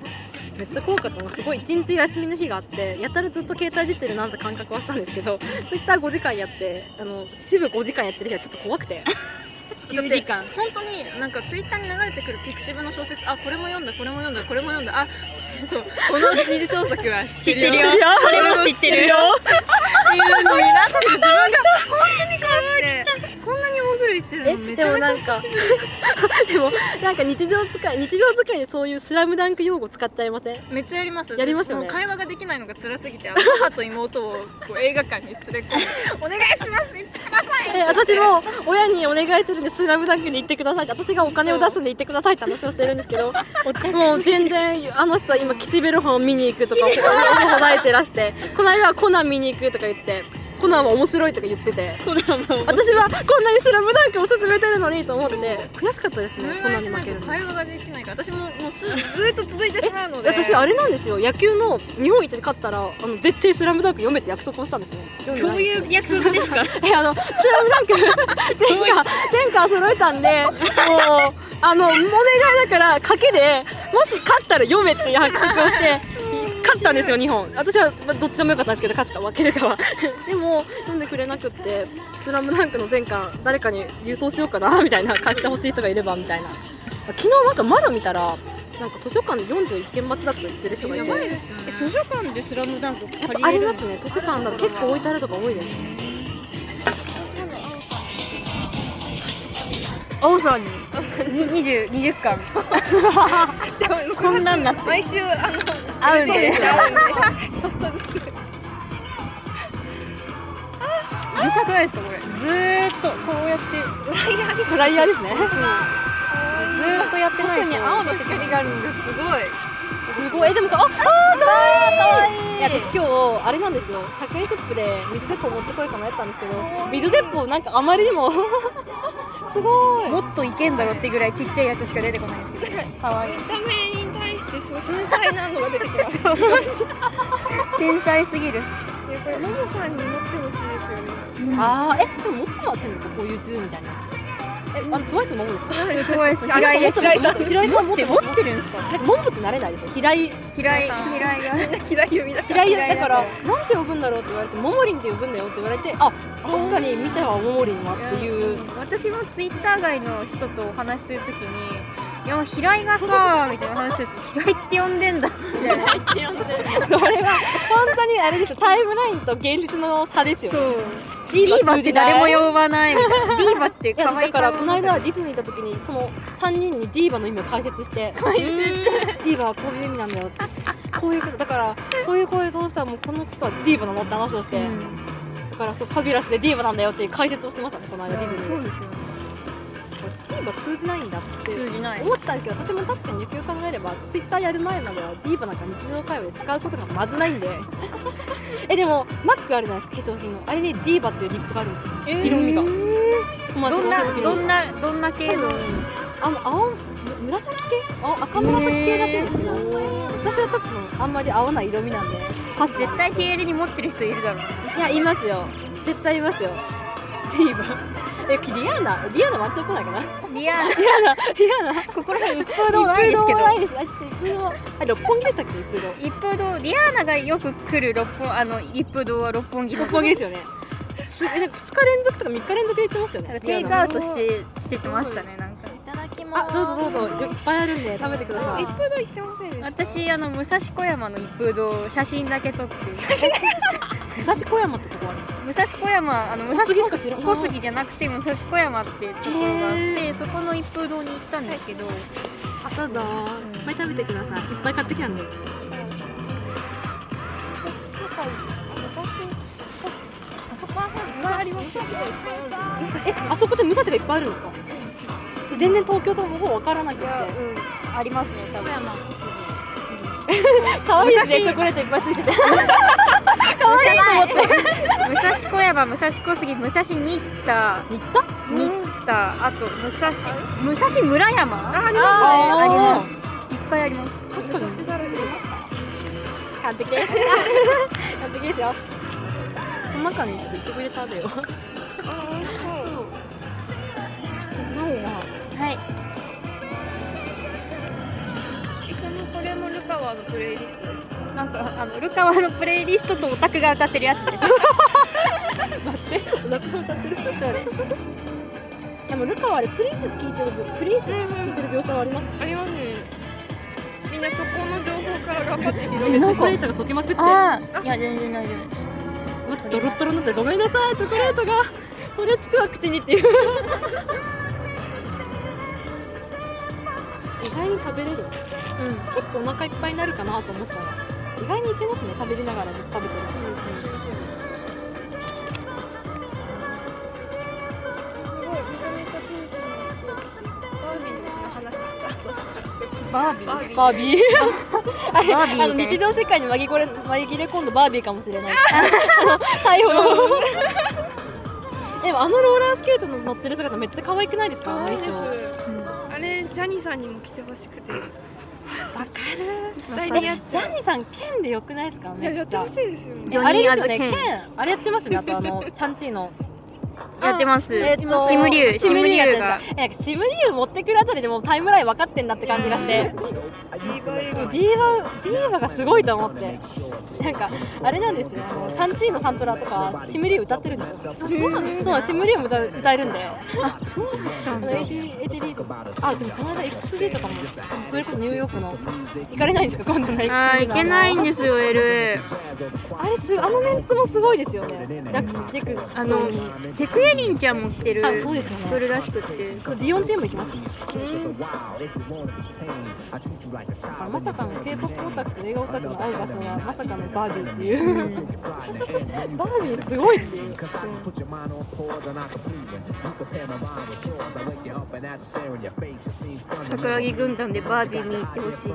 Speaker 3: めっちゃ怖かったのすごい一日休みの日があってやたらずっと携帯出てるなって感覚はあったんですけどツイッター5時間やってあの支部5時間やってる日はちょっと怖くて
Speaker 1: 10時間。
Speaker 2: 本当になんかツイッターに流れてくるピクシブの小説あこれも読んだこれも読んだこれも読んだあそうこの二次創作は知ってる
Speaker 1: 知
Speaker 2: よ
Speaker 1: ってるよそれも知ってるよ
Speaker 2: っていうのになってる自分が本当に可愛くてこんなに大狂いしてる
Speaker 3: え
Speaker 2: のめち
Speaker 3: で
Speaker 2: ゃ
Speaker 3: も
Speaker 2: めち
Speaker 3: な
Speaker 2: ゃ
Speaker 3: んか
Speaker 2: 久しぶり
Speaker 3: でもなんか日常使い日常使いでそういうスラムダンク用語使っちゃいません
Speaker 2: めっちゃやります
Speaker 3: やりますよね
Speaker 2: もう会話ができないのが辛すぎてあの母と妹をこう映画館に連れ込んで「お願いします行ってください!」
Speaker 3: え私も親にお願いするんで「スラムダンクに行ってくださいって私がお金を出すんで行ってくださいって話をしてるんですけどもう全然あの人は今岸辺露伴を見に行くとかお金を唱えてらしてこの間はコナン見に行くとか言ってコナンは面白いとか言ってて私はこんなに「スラムダンクを勧めてるのにと思って悔しかったですねコナンに負けるの
Speaker 4: 会話ができないから私ももうすずっと続いてしまうので
Speaker 3: 私あれなんですよ野球の日本一で勝ったらあの絶対「スラムダンク読めって約束をしたんですね読んで
Speaker 1: ど
Speaker 3: な
Speaker 1: う
Speaker 3: い
Speaker 1: いう約束ですか
Speaker 3: えあの「スラムダンク天下天下揃えたんでもうあのお願いだから賭けでもし勝ったら読めって約束をして勝ったんですよ日本私はまあどっちでもよかったんですけど勝つか負けるかはでも読んでくれなくって「スラムダンクの全巻誰かに郵送しようかなみたいな貸してほしい人がいればみたいな昨日なんかマロ見たらなんか図書館で41件待ちだと言ってる人がいて
Speaker 4: やばいですよね
Speaker 1: 図書館でスラムダンク借り
Speaker 3: あ
Speaker 1: れ
Speaker 3: り
Speaker 1: る
Speaker 3: ますね図書館だと結構置いてあるとか多いです
Speaker 1: 青さんに20 20巻こんなんなって
Speaker 4: 毎週あの
Speaker 1: 合うんで
Speaker 4: うるさくないですかこれず
Speaker 1: ずーっとこうやって
Speaker 3: フライヤーですね
Speaker 1: ずーっとやってないと
Speaker 4: 青の光があるんですすごい
Speaker 3: すごいえでもかああーかわいいいや今日あれなんですよ100円ショップで水鉄砲持ってこいかもやったんですけど水鉄砲なんかあまりにも すごい
Speaker 1: もっといけんだろってぐらいちっちゃいやつしか出てこないんですけどかわいい
Speaker 7: 見た目に対してそう繊細なのが出てきますい
Speaker 1: 繊細すぎる
Speaker 7: やこれももさんに持ってほしいですよね
Speaker 3: ああえでも持ってもらってるんですかこういう銃みたいなえあのトワイスのももですか
Speaker 1: すごいです
Speaker 3: あ
Speaker 1: 平井です
Speaker 3: 持ってます
Speaker 1: 平井さん持
Speaker 3: 持
Speaker 1: っ
Speaker 3: ってて
Speaker 1: 持
Speaker 3: ま
Speaker 1: っ
Speaker 3: す
Speaker 1: てるんですか
Speaker 3: なんかモンブってなれないですよ平井
Speaker 1: 平井平井が
Speaker 7: 平読みだ
Speaker 3: 平井だからなんて呼ぶんだろうって言われてモモリンって呼ぶんだよって言われてあ確かに見たはモモリンはっていう
Speaker 1: 私もツイッター外の人とお話しするときに「いや平井がさ」みたいな話すると「平井って呼んでんだ」みたいな
Speaker 3: それは本当にあれですよタイムラインと現実の差ですよね
Speaker 1: そうディーバって誰も呼ばないみたいなディーバって
Speaker 3: いや
Speaker 1: 可愛
Speaker 3: だ
Speaker 1: い
Speaker 3: から
Speaker 1: 顔
Speaker 3: この間ディズニー行った時にその3人にディーバの意味を解説してディーバはこういう意味なんだよってこういうことだからこういうこういう動作はもうこの人はディーバなのって話をして、だからそうファビュラスでディーバなんだよっていう解説をしてましたねこの間ディズニーで
Speaker 1: ですよね
Speaker 3: ディーバ通じないんだって
Speaker 4: 通じない
Speaker 3: 思ったんですけど私も確かによくよく考えればツイッターやる前まではディーバなんか日常会話で使うことがまずないんで えでもマックあるじゃないですか化粧品のあれでディーバっていうリップがあるんですよ色味が
Speaker 4: どん
Speaker 3: 友達の化
Speaker 4: な
Speaker 3: 粧品
Speaker 4: どんなどんな系の
Speaker 3: あの青む紫系あ赤紫系だそうですけど、私は多分あんまり合わない色味なんでパッ
Speaker 1: 絶対 TL に持ってる人いるだろう
Speaker 3: いやいますよ絶対いますよディーバえリアーナリアーナ割ってこないか な
Speaker 1: リアル
Speaker 3: リアーナ
Speaker 1: ここら辺一風堂ないですけど
Speaker 3: 一風堂ないですあ一風堂あ六本木でしたっけ一風堂
Speaker 1: 一風堂リアーナがよく来る六本あの一風堂は六本木
Speaker 3: 六本木ですよねしえなんか2日連続とか3日連続で行ってますよね
Speaker 1: テイクアウトしてしててましたねなんか
Speaker 2: いただきま
Speaker 3: あ
Speaker 2: す
Speaker 3: どうぞどうぞいっぱいあるんで食べてください
Speaker 7: 一風堂行ってませんでした
Speaker 1: 私あの武蔵小山の一風堂写真だけ撮 って
Speaker 3: 武蔵小山ってここある
Speaker 1: 武蔵小山あの武蔵小小杉じゃなくて武蔵小山ってところがあっ
Speaker 3: へ
Speaker 1: てそこの一風堂に行ったんですけど、
Speaker 3: あどうぞいっぱい食べてくださいいっぱい買ってきたんでえあそこで武蔵がいっぱいあるんですか全然東京とほぼ分からなくて
Speaker 1: うん、ありますね多分
Speaker 3: 可愛いですねチョコレートいっぱいついてて可愛いと思って
Speaker 1: 武蔵小山武蔵小杉武蔵新田
Speaker 3: 新田
Speaker 1: 新田あと武蔵武蔵村山ああり
Speaker 3: あり
Speaker 1: ま
Speaker 3: ます
Speaker 1: ねありますいっぱいあります
Speaker 3: 確かに完璧です完璧ですよこの中にちょっと一個入れ食べよう
Speaker 1: はい
Speaker 7: これもルカワのプレイリストです
Speaker 1: なんかあのルカワのプレイリストとオタクが歌ってるやつです
Speaker 3: でもルカはあれプリンセス聞いてる分プリンセス聞いてる描写はあります
Speaker 7: ありますねみんなそこの情報から頑張って広
Speaker 3: チョコレートが溶けまくって
Speaker 1: ああいや全然大丈夫です
Speaker 3: ドロッドロになってるごめんなさいチョコレートがそれつくわ口にっていう意外に食べれる、うん、結構お腹いっぱいになるかなと思ったら意外にいけますね食べれながらずっと食べてる、
Speaker 7: すごい見た目とピンクのバービーの話した後だから
Speaker 3: バービーバービーあれ
Speaker 1: バービーみたいな
Speaker 3: あの日常世界に紛れ紛れ込んだバービーかもしれない最後の でもあのローラースケートの乗ってる姿めっちゃ可愛くないですか
Speaker 7: 可愛いです
Speaker 3: お衣装
Speaker 7: あれジャニーさんにも来てほしくて
Speaker 3: わかる
Speaker 7: 代理やっち
Speaker 3: ジ
Speaker 7: ゃう
Speaker 3: ャニーさん剣でよくないですか
Speaker 7: いや
Speaker 3: め
Speaker 7: やっ
Speaker 3: ってち
Speaker 7: ほ
Speaker 3: ゃ
Speaker 7: しいですよね
Speaker 1: 四人
Speaker 3: あれですよ
Speaker 1: あ
Speaker 3: ね剣
Speaker 1: ず剣
Speaker 3: あれやってますよねあとあ のチャンチーの
Speaker 1: やってます。
Speaker 3: えっと
Speaker 1: シムリュウ、
Speaker 3: シ
Speaker 1: シ
Speaker 3: ム
Speaker 1: ム
Speaker 3: リ
Speaker 1: リ
Speaker 3: ュ
Speaker 1: ュ
Speaker 3: ウ
Speaker 1: ウ
Speaker 3: が
Speaker 1: が。
Speaker 3: なんかシムリュー持ってくるあたりでもうタイムライン分かってんなって感じがしてもうディーバディーバがすごいと思ってなんかあれなんですよあのサンチーのサントラとかシムリュー歌ってるんですよそうなんですそうシムリューも歌う歌えるんであの AT- ATD とかあでもこの間 XD とかもそれこそニューヨークの行かれないんですか今度の XD の
Speaker 1: あー、いけないんですよ、L。
Speaker 3: あれすあのメンツもすごいですよねジャックスデク
Speaker 1: あの、テクエリンちゃんも来てる。
Speaker 3: あそうですよ
Speaker 1: そ
Speaker 3: ね
Speaker 1: れらしくって。
Speaker 3: そうディオンテーも行きますま
Speaker 8: ま
Speaker 3: さ
Speaker 8: さ
Speaker 3: か
Speaker 8: か
Speaker 3: の
Speaker 8: の
Speaker 3: K-POP オ
Speaker 8: K-POP オ
Speaker 3: タク
Speaker 8: タク
Speaker 3: と
Speaker 8: と
Speaker 3: 映
Speaker 8: 映
Speaker 3: 画
Speaker 8: 画
Speaker 3: オ
Speaker 8: オ
Speaker 3: タ
Speaker 8: タ
Speaker 3: ク
Speaker 8: ク
Speaker 3: の
Speaker 8: の
Speaker 3: 相川
Speaker 8: 相川
Speaker 3: さんはまさかのバ
Speaker 8: さんはまさかのバ
Speaker 3: ー
Speaker 8: ー
Speaker 3: ビ
Speaker 8: ビ
Speaker 3: ーっ
Speaker 8: ーってて
Speaker 3: い
Speaker 8: いう う
Speaker 3: バービーすごいっていう
Speaker 8: 桜木軍団でバービーに行ってほしい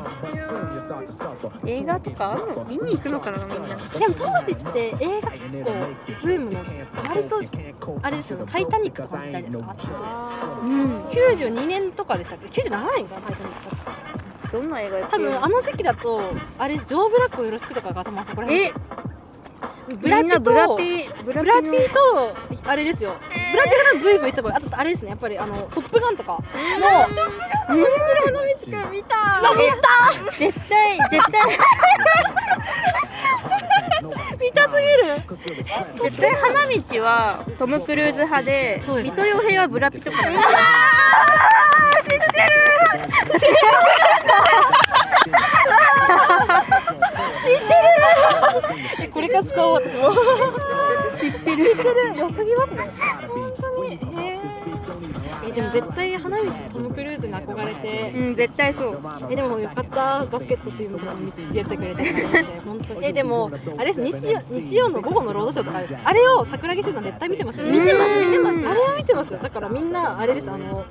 Speaker 1: 映画とかあるの見に行くのかなみんな
Speaker 8: でも当時って映画結構ブームの割と
Speaker 3: あ
Speaker 8: あ
Speaker 3: れで
Speaker 8: れですす
Speaker 3: よ
Speaker 8: よ
Speaker 3: ね
Speaker 8: ね
Speaker 3: タ
Speaker 8: タ
Speaker 3: イ
Speaker 8: イ
Speaker 3: タ
Speaker 8: タ
Speaker 3: ニ
Speaker 8: ニ
Speaker 3: ッ
Speaker 8: ッ
Speaker 3: ク
Speaker 8: ク
Speaker 3: とか
Speaker 8: とか
Speaker 3: 見
Speaker 8: 見
Speaker 3: た
Speaker 8: た
Speaker 3: い
Speaker 8: い
Speaker 3: で
Speaker 8: ですす
Speaker 3: か
Speaker 8: か
Speaker 1: うん。
Speaker 3: 92年とかでしたっけ97年かなタイタニックだった
Speaker 1: どんな映画やって
Speaker 3: 多
Speaker 1: る
Speaker 3: 分あの時期だとあれジョー・ブラックをよろしくとかが多分あそこら辺
Speaker 1: え
Speaker 3: ブラ
Speaker 1: みんな
Speaker 3: ピ
Speaker 1: ブラ
Speaker 3: と
Speaker 1: ピ、ブラ
Speaker 3: ブラピ
Speaker 1: の
Speaker 3: ーとあれですよブラピーがブイブイ言ってたあとあれですねやっぱりあの「トップガン」とかの
Speaker 8: 見た
Speaker 1: 絶対、絶対、
Speaker 8: 痛すぎる
Speaker 1: 絶対花道はトム・クルーズ派で、
Speaker 3: そうです
Speaker 1: 水戸洋平はブラピとかなんですよ。
Speaker 3: これから使おう私も
Speaker 8: 知ってる知ってる良すぎますね本当にえ
Speaker 3: えでも絶対花道とトム・クルーズに憧れて
Speaker 1: うん、絶対そう。
Speaker 3: えでもよかったバスケットっていうのとかも見つけてくれて本当にえでもあれです日曜日曜の午後のロードショーとかあるあれを桜木シュさん絶対見てますよ見てます見てますあれは見てますよだからみんなあれですあの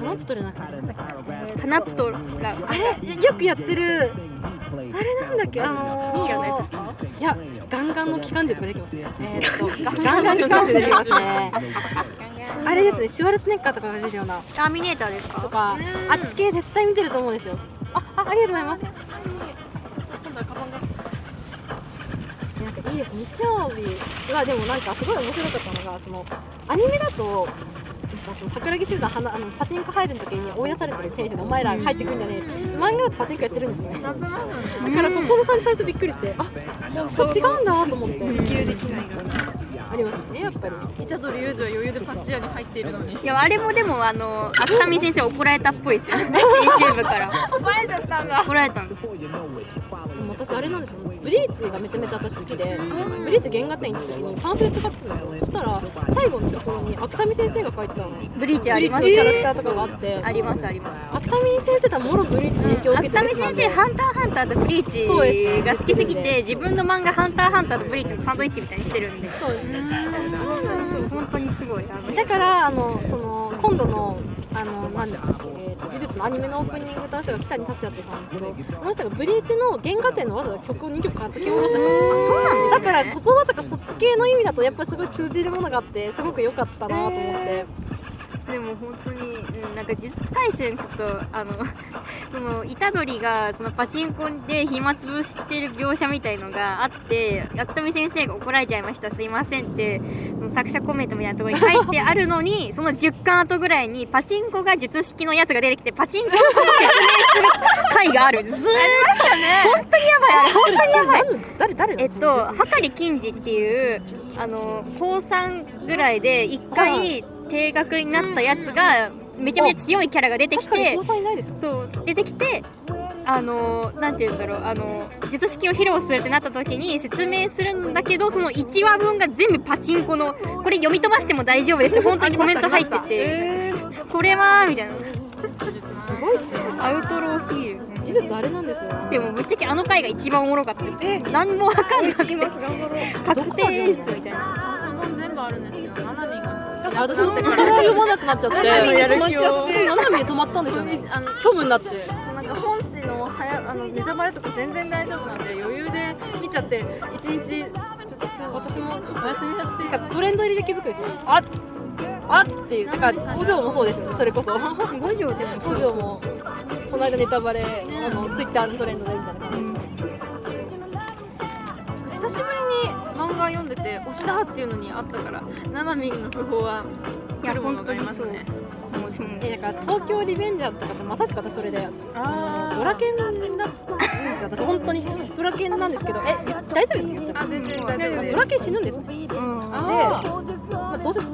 Speaker 3: 花プトじゃなくてなんだっ
Speaker 1: カナプトが、
Speaker 3: けあれよくやってる
Speaker 8: あれなんだっけあのー、
Speaker 3: ミイラのやつですかいやガンガンの機関銃とか出てきますねえーっとガンガン機関銃出てきますねあれですねシュワルツェネッカーとかが出てるような
Speaker 1: ターミネーターです
Speaker 3: と
Speaker 1: か
Speaker 3: かあっち系絶対見てると思うんですよああありがとうございますなんかいいです日曜日はでもなんかすごい面白かったのがそのアニメだとなんかその桜木集団はなあのパチンコ入る時に追い出されてるテンションでお前ら入ってくんじゃねえって漫画だとパチンコやってるんですねだからここのさんに最初びっくりしてあそう違うんだと思ってありますよねやっぱり
Speaker 4: イタドリユージは余裕でパッチ屋に入っているのに
Speaker 1: いや、あれもでも、あの、芥見先生怒られたっぽいです よ。編集部から。怒られちゃったんだ。怒られたんだ。
Speaker 3: でも私あれなんですよブリーチがめちゃめちゃ私好きでブリーチ原画展行った時にパンフレット買ってたんですよそしたら最後のところに芥見先生が書いてたのブリ
Speaker 1: ブリーチあり
Speaker 3: ーチ
Speaker 1: ま
Speaker 3: の
Speaker 1: す
Speaker 3: キャラクターとかがあって
Speaker 1: あります、あります。
Speaker 3: あったみ先生とはもろブリーチに影響を
Speaker 1: あ
Speaker 3: 受
Speaker 1: っ
Speaker 3: けて
Speaker 1: た
Speaker 3: る
Speaker 1: み
Speaker 3: 人な
Speaker 1: 先
Speaker 3: ん
Speaker 1: 生、
Speaker 3: で
Speaker 1: ハンターハンターとブリ
Speaker 3: そうで
Speaker 1: ーチ
Speaker 3: す
Speaker 1: が好きすぎて、自分の漫画、ハンターハンターとブリーチのサンドイッチみたいにしてるんで。そうなんですよ。本当にすごい。あの
Speaker 3: だからあのその今度のあのなんだっけえー呪術のアニメのオープニング歌う人が北に立つやってたんですけどこの人がブリーチの原画展のわざわざ曲を2曲書き下ろした人なんですよ
Speaker 1: そうなんです
Speaker 3: だ
Speaker 1: ね
Speaker 3: から言葉とかそっち系の意味だとやっぱりすごい通じるものがあってすごく良かったなと思って
Speaker 1: でも本当に、うん、なんか呪術廻戦ちょっとあの その虎杖がそのパチンコで暇つぶしてる描写みたいのがあってやっとみ先生が怒られちゃいましたすいませんってその作者コメントみたいなところに書いてあるのにその10巻後ぐらいにパチンコが術式のやつが出てきてパチンコのことを説明する回があるずーっと本当にやばいあれ本当にやばい
Speaker 3: 誰誰の
Speaker 1: えっと、り金次っていうあの高3ぐらいで一回定額になったやつがめちゃめちゃ強いキャラが出てき
Speaker 3: 確かに
Speaker 1: て
Speaker 3: 交際ないでしょ
Speaker 1: そう出てきてあのなんて言うんだろうあの術式を披露するってなった時に説明するんだけどその1話分が全部パチンコのこれ読み飛ばしても大丈夫ですって本当にコメント入っててこれはみたいな
Speaker 3: すごいっすよ
Speaker 1: アウトローすぎる
Speaker 3: 技術あれなんですよ
Speaker 1: でもぶっちゃけあの回が一番おもろかったです何もわかんなくて確定演出みたいな。
Speaker 4: 日本全部あるんですけどナナミンが
Speaker 3: いや私もこれ読まなくなっちゃって、
Speaker 4: やる気を
Speaker 3: 私、斜めに止まったんですよね。
Speaker 4: あの
Speaker 3: 虚無になって。
Speaker 4: なんか本
Speaker 2: のネタバレとか全然大丈夫なんで余裕で見ちゃって一日ちょっと今日私もちょっとお休みさせて
Speaker 3: なんかトレンド入りで気づくんですよああっていうだから五条もそうですよそれこそ五条でも五条もこの間ネタバレ、あのツイッターのトレンドでみたいな感
Speaker 2: 久しぶりに漫画読んでて推しだっていうのにあったからななみんの訃報は来るものがありますね
Speaker 1: もう私も
Speaker 3: じで、えなんか東京リベンジャーとかってまさしく私それでドラケンなんですよ私本当にドラケンなんですけどえ大丈夫ですか
Speaker 2: あ全然大丈夫です
Speaker 3: ドラケン死ぬんですかで、まあ、どうせ静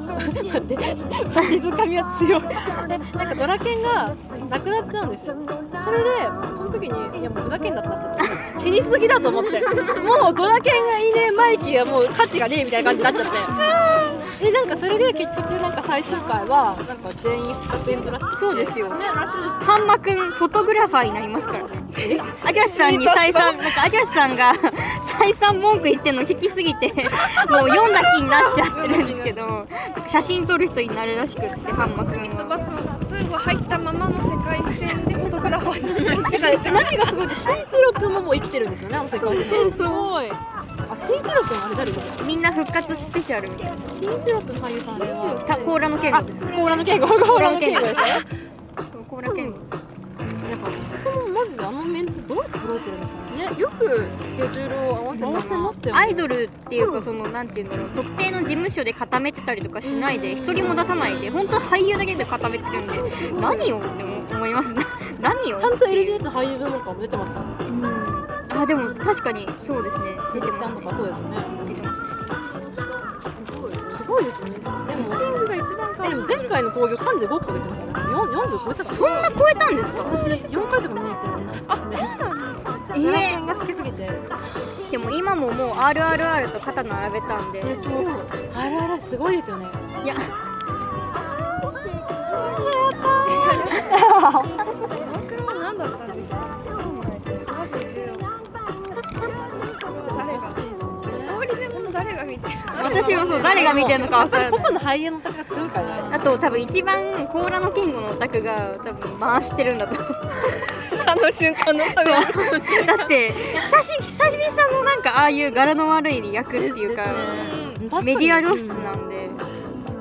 Speaker 3: かみは強いでなんかドラケンがなくなっちゃうんですよそれでその時にいやもうドラケンだったんだって死にすぎだと思ってもうドラケンがいいねマイキーはもう価値がねえみたいな感じになっちゃってでなんかそれで結局なんか最終回はなんか全員復活エンドらしい
Speaker 1: そうですよ。半馬くんフォトグラファーになりますからね。アジャスさんに再三なんかアジャスさんが 再三文句言ってるの聞きすぎて もう読んだ気になっちゃってるんですけど、なんか写真撮る人になるらしくって半馬くん
Speaker 7: と
Speaker 1: の。
Speaker 7: 罰のタトゥーが入ったままの世界線でフォトグラファーになる
Speaker 3: だから何がすごいって新一郎くんももう生きてるんですよねあの世界ですごいあ新一郎くんあれ誰だ
Speaker 1: みんな復活スペシャルみたいな。
Speaker 3: 新一郎くん俳優さんあれは
Speaker 1: た甲羅の剣
Speaker 3: あ
Speaker 1: 吾
Speaker 3: 甲
Speaker 1: です。
Speaker 3: 羅の健吾甲羅の健吾ですね
Speaker 1: そう甲羅剣吾です。
Speaker 3: やっぱそこもマジであのメンツどうやって揃えてるのか
Speaker 2: ねよくスケジュールを合わせた
Speaker 3: な
Speaker 2: な
Speaker 3: 回せましたよ
Speaker 1: アイドルっていうかそのなんていうんだろう特定の事務所で固めてたりとかしないで一人も出さないで本当俳優だけで固めてるんで何をって思いますね 何を
Speaker 3: ちゃんと LDS 俳優部門からも出てますからね
Speaker 1: あでも確かにそうですね出て
Speaker 3: 劇
Speaker 1: ま
Speaker 3: 団
Speaker 1: す
Speaker 3: と
Speaker 1: ね
Speaker 3: かそうですね
Speaker 1: 出てますね
Speaker 3: すごいですねでも
Speaker 2: キングが一番可
Speaker 3: えでも前回の興行35個出てますよね40超えた
Speaker 1: そんな超えたんですか
Speaker 3: 私4回とか見に行ってるあそう
Speaker 1: え
Speaker 3: ドラケンが好きすぎて
Speaker 1: ーでも今ももう RRR と肩並べたんで
Speaker 3: えそうあるあるすごいですよね
Speaker 1: いや
Speaker 7: 鎌倉は何だったんですかまず重要誰がどうりでも誰が見てる
Speaker 1: 私もそう誰が見てるのか分から
Speaker 3: 個
Speaker 1: ない
Speaker 3: 々の俳優の高が強いからね
Speaker 1: あと多分一番甲羅の金吾のオタクが多分回してるんだと思うあの瞬間のためだって久し久しぶりさんのなんかああいう柄の悪い役っていうか
Speaker 3: 確かに
Speaker 1: メディア露出なんで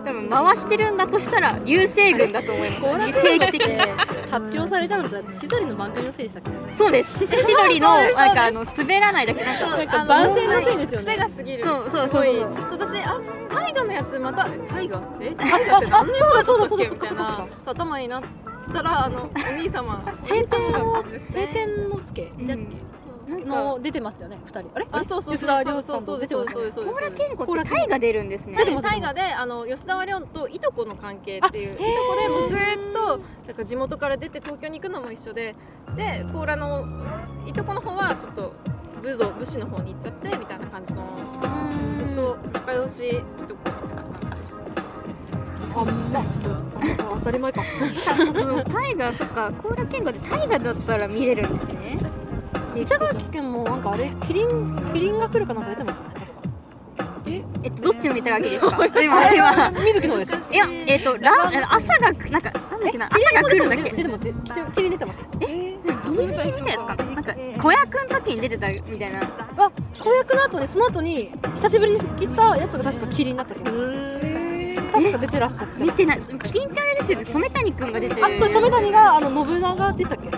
Speaker 1: 多分回してるんだとしたら流星群だと思います定期的に
Speaker 3: 発表されたのと千鳥の番組のせいでしたっけ
Speaker 1: そうです千 鳥のなんかあの滑らないだけなんか
Speaker 2: あの
Speaker 3: 番宣のせいですよね
Speaker 2: 癖が過ぎる
Speaker 1: そうそうそう
Speaker 2: す
Speaker 1: そ
Speaker 2: ごいう私あ大河のやつまた大河え大河って何年前だったっけみたいなそう頭になったらあのお兄様
Speaker 3: 晴天の晴
Speaker 2: 晴
Speaker 3: 天のつけの出てましたよね二人あれ
Speaker 2: あそうそう
Speaker 3: 吉田
Speaker 2: そ
Speaker 3: 亮
Speaker 2: うそ
Speaker 3: さ
Speaker 2: うんそう
Speaker 3: と
Speaker 2: で
Speaker 3: 出
Speaker 2: す
Speaker 3: て
Speaker 2: そ
Speaker 3: ま
Speaker 2: う
Speaker 1: 甲
Speaker 3: したよね
Speaker 2: そうそうそう
Speaker 1: 羅健吾ってタイが出るんですね
Speaker 3: 出てます
Speaker 2: 大河であの吉沢亮といとこの関係っていういとこでもうずーっとだから地元から出て東京に行くのも一緒でで甲羅のいとこの方はちょっと武道武士の方に行っちゃってみたいな感じのずっと仲良しいとこ
Speaker 3: あまあちょっと当たり前か
Speaker 1: タイがそっか甲羅健吾ってタイがだったら見れるんですね
Speaker 3: 板垣君もなんかあれキリンキリンが来るかなんか出てますよね確か
Speaker 1: えっとどっちの見たわけですか 今今
Speaker 3: 水木の方です
Speaker 1: いやえっとラ朝がなんかなんだっけな朝が来るんだっけ
Speaker 3: 出てますきてキリン出てます
Speaker 1: ビリビリみたいですかなんか子役の時に出てたみたいな
Speaker 3: あ子役の後にその後に久しぶりに来たやつが確かキリンだったけど確か出てらっしゃって
Speaker 1: 見てないキリンってあれですよね染谷くんが出てる
Speaker 3: あそう染谷があの信長出たっけ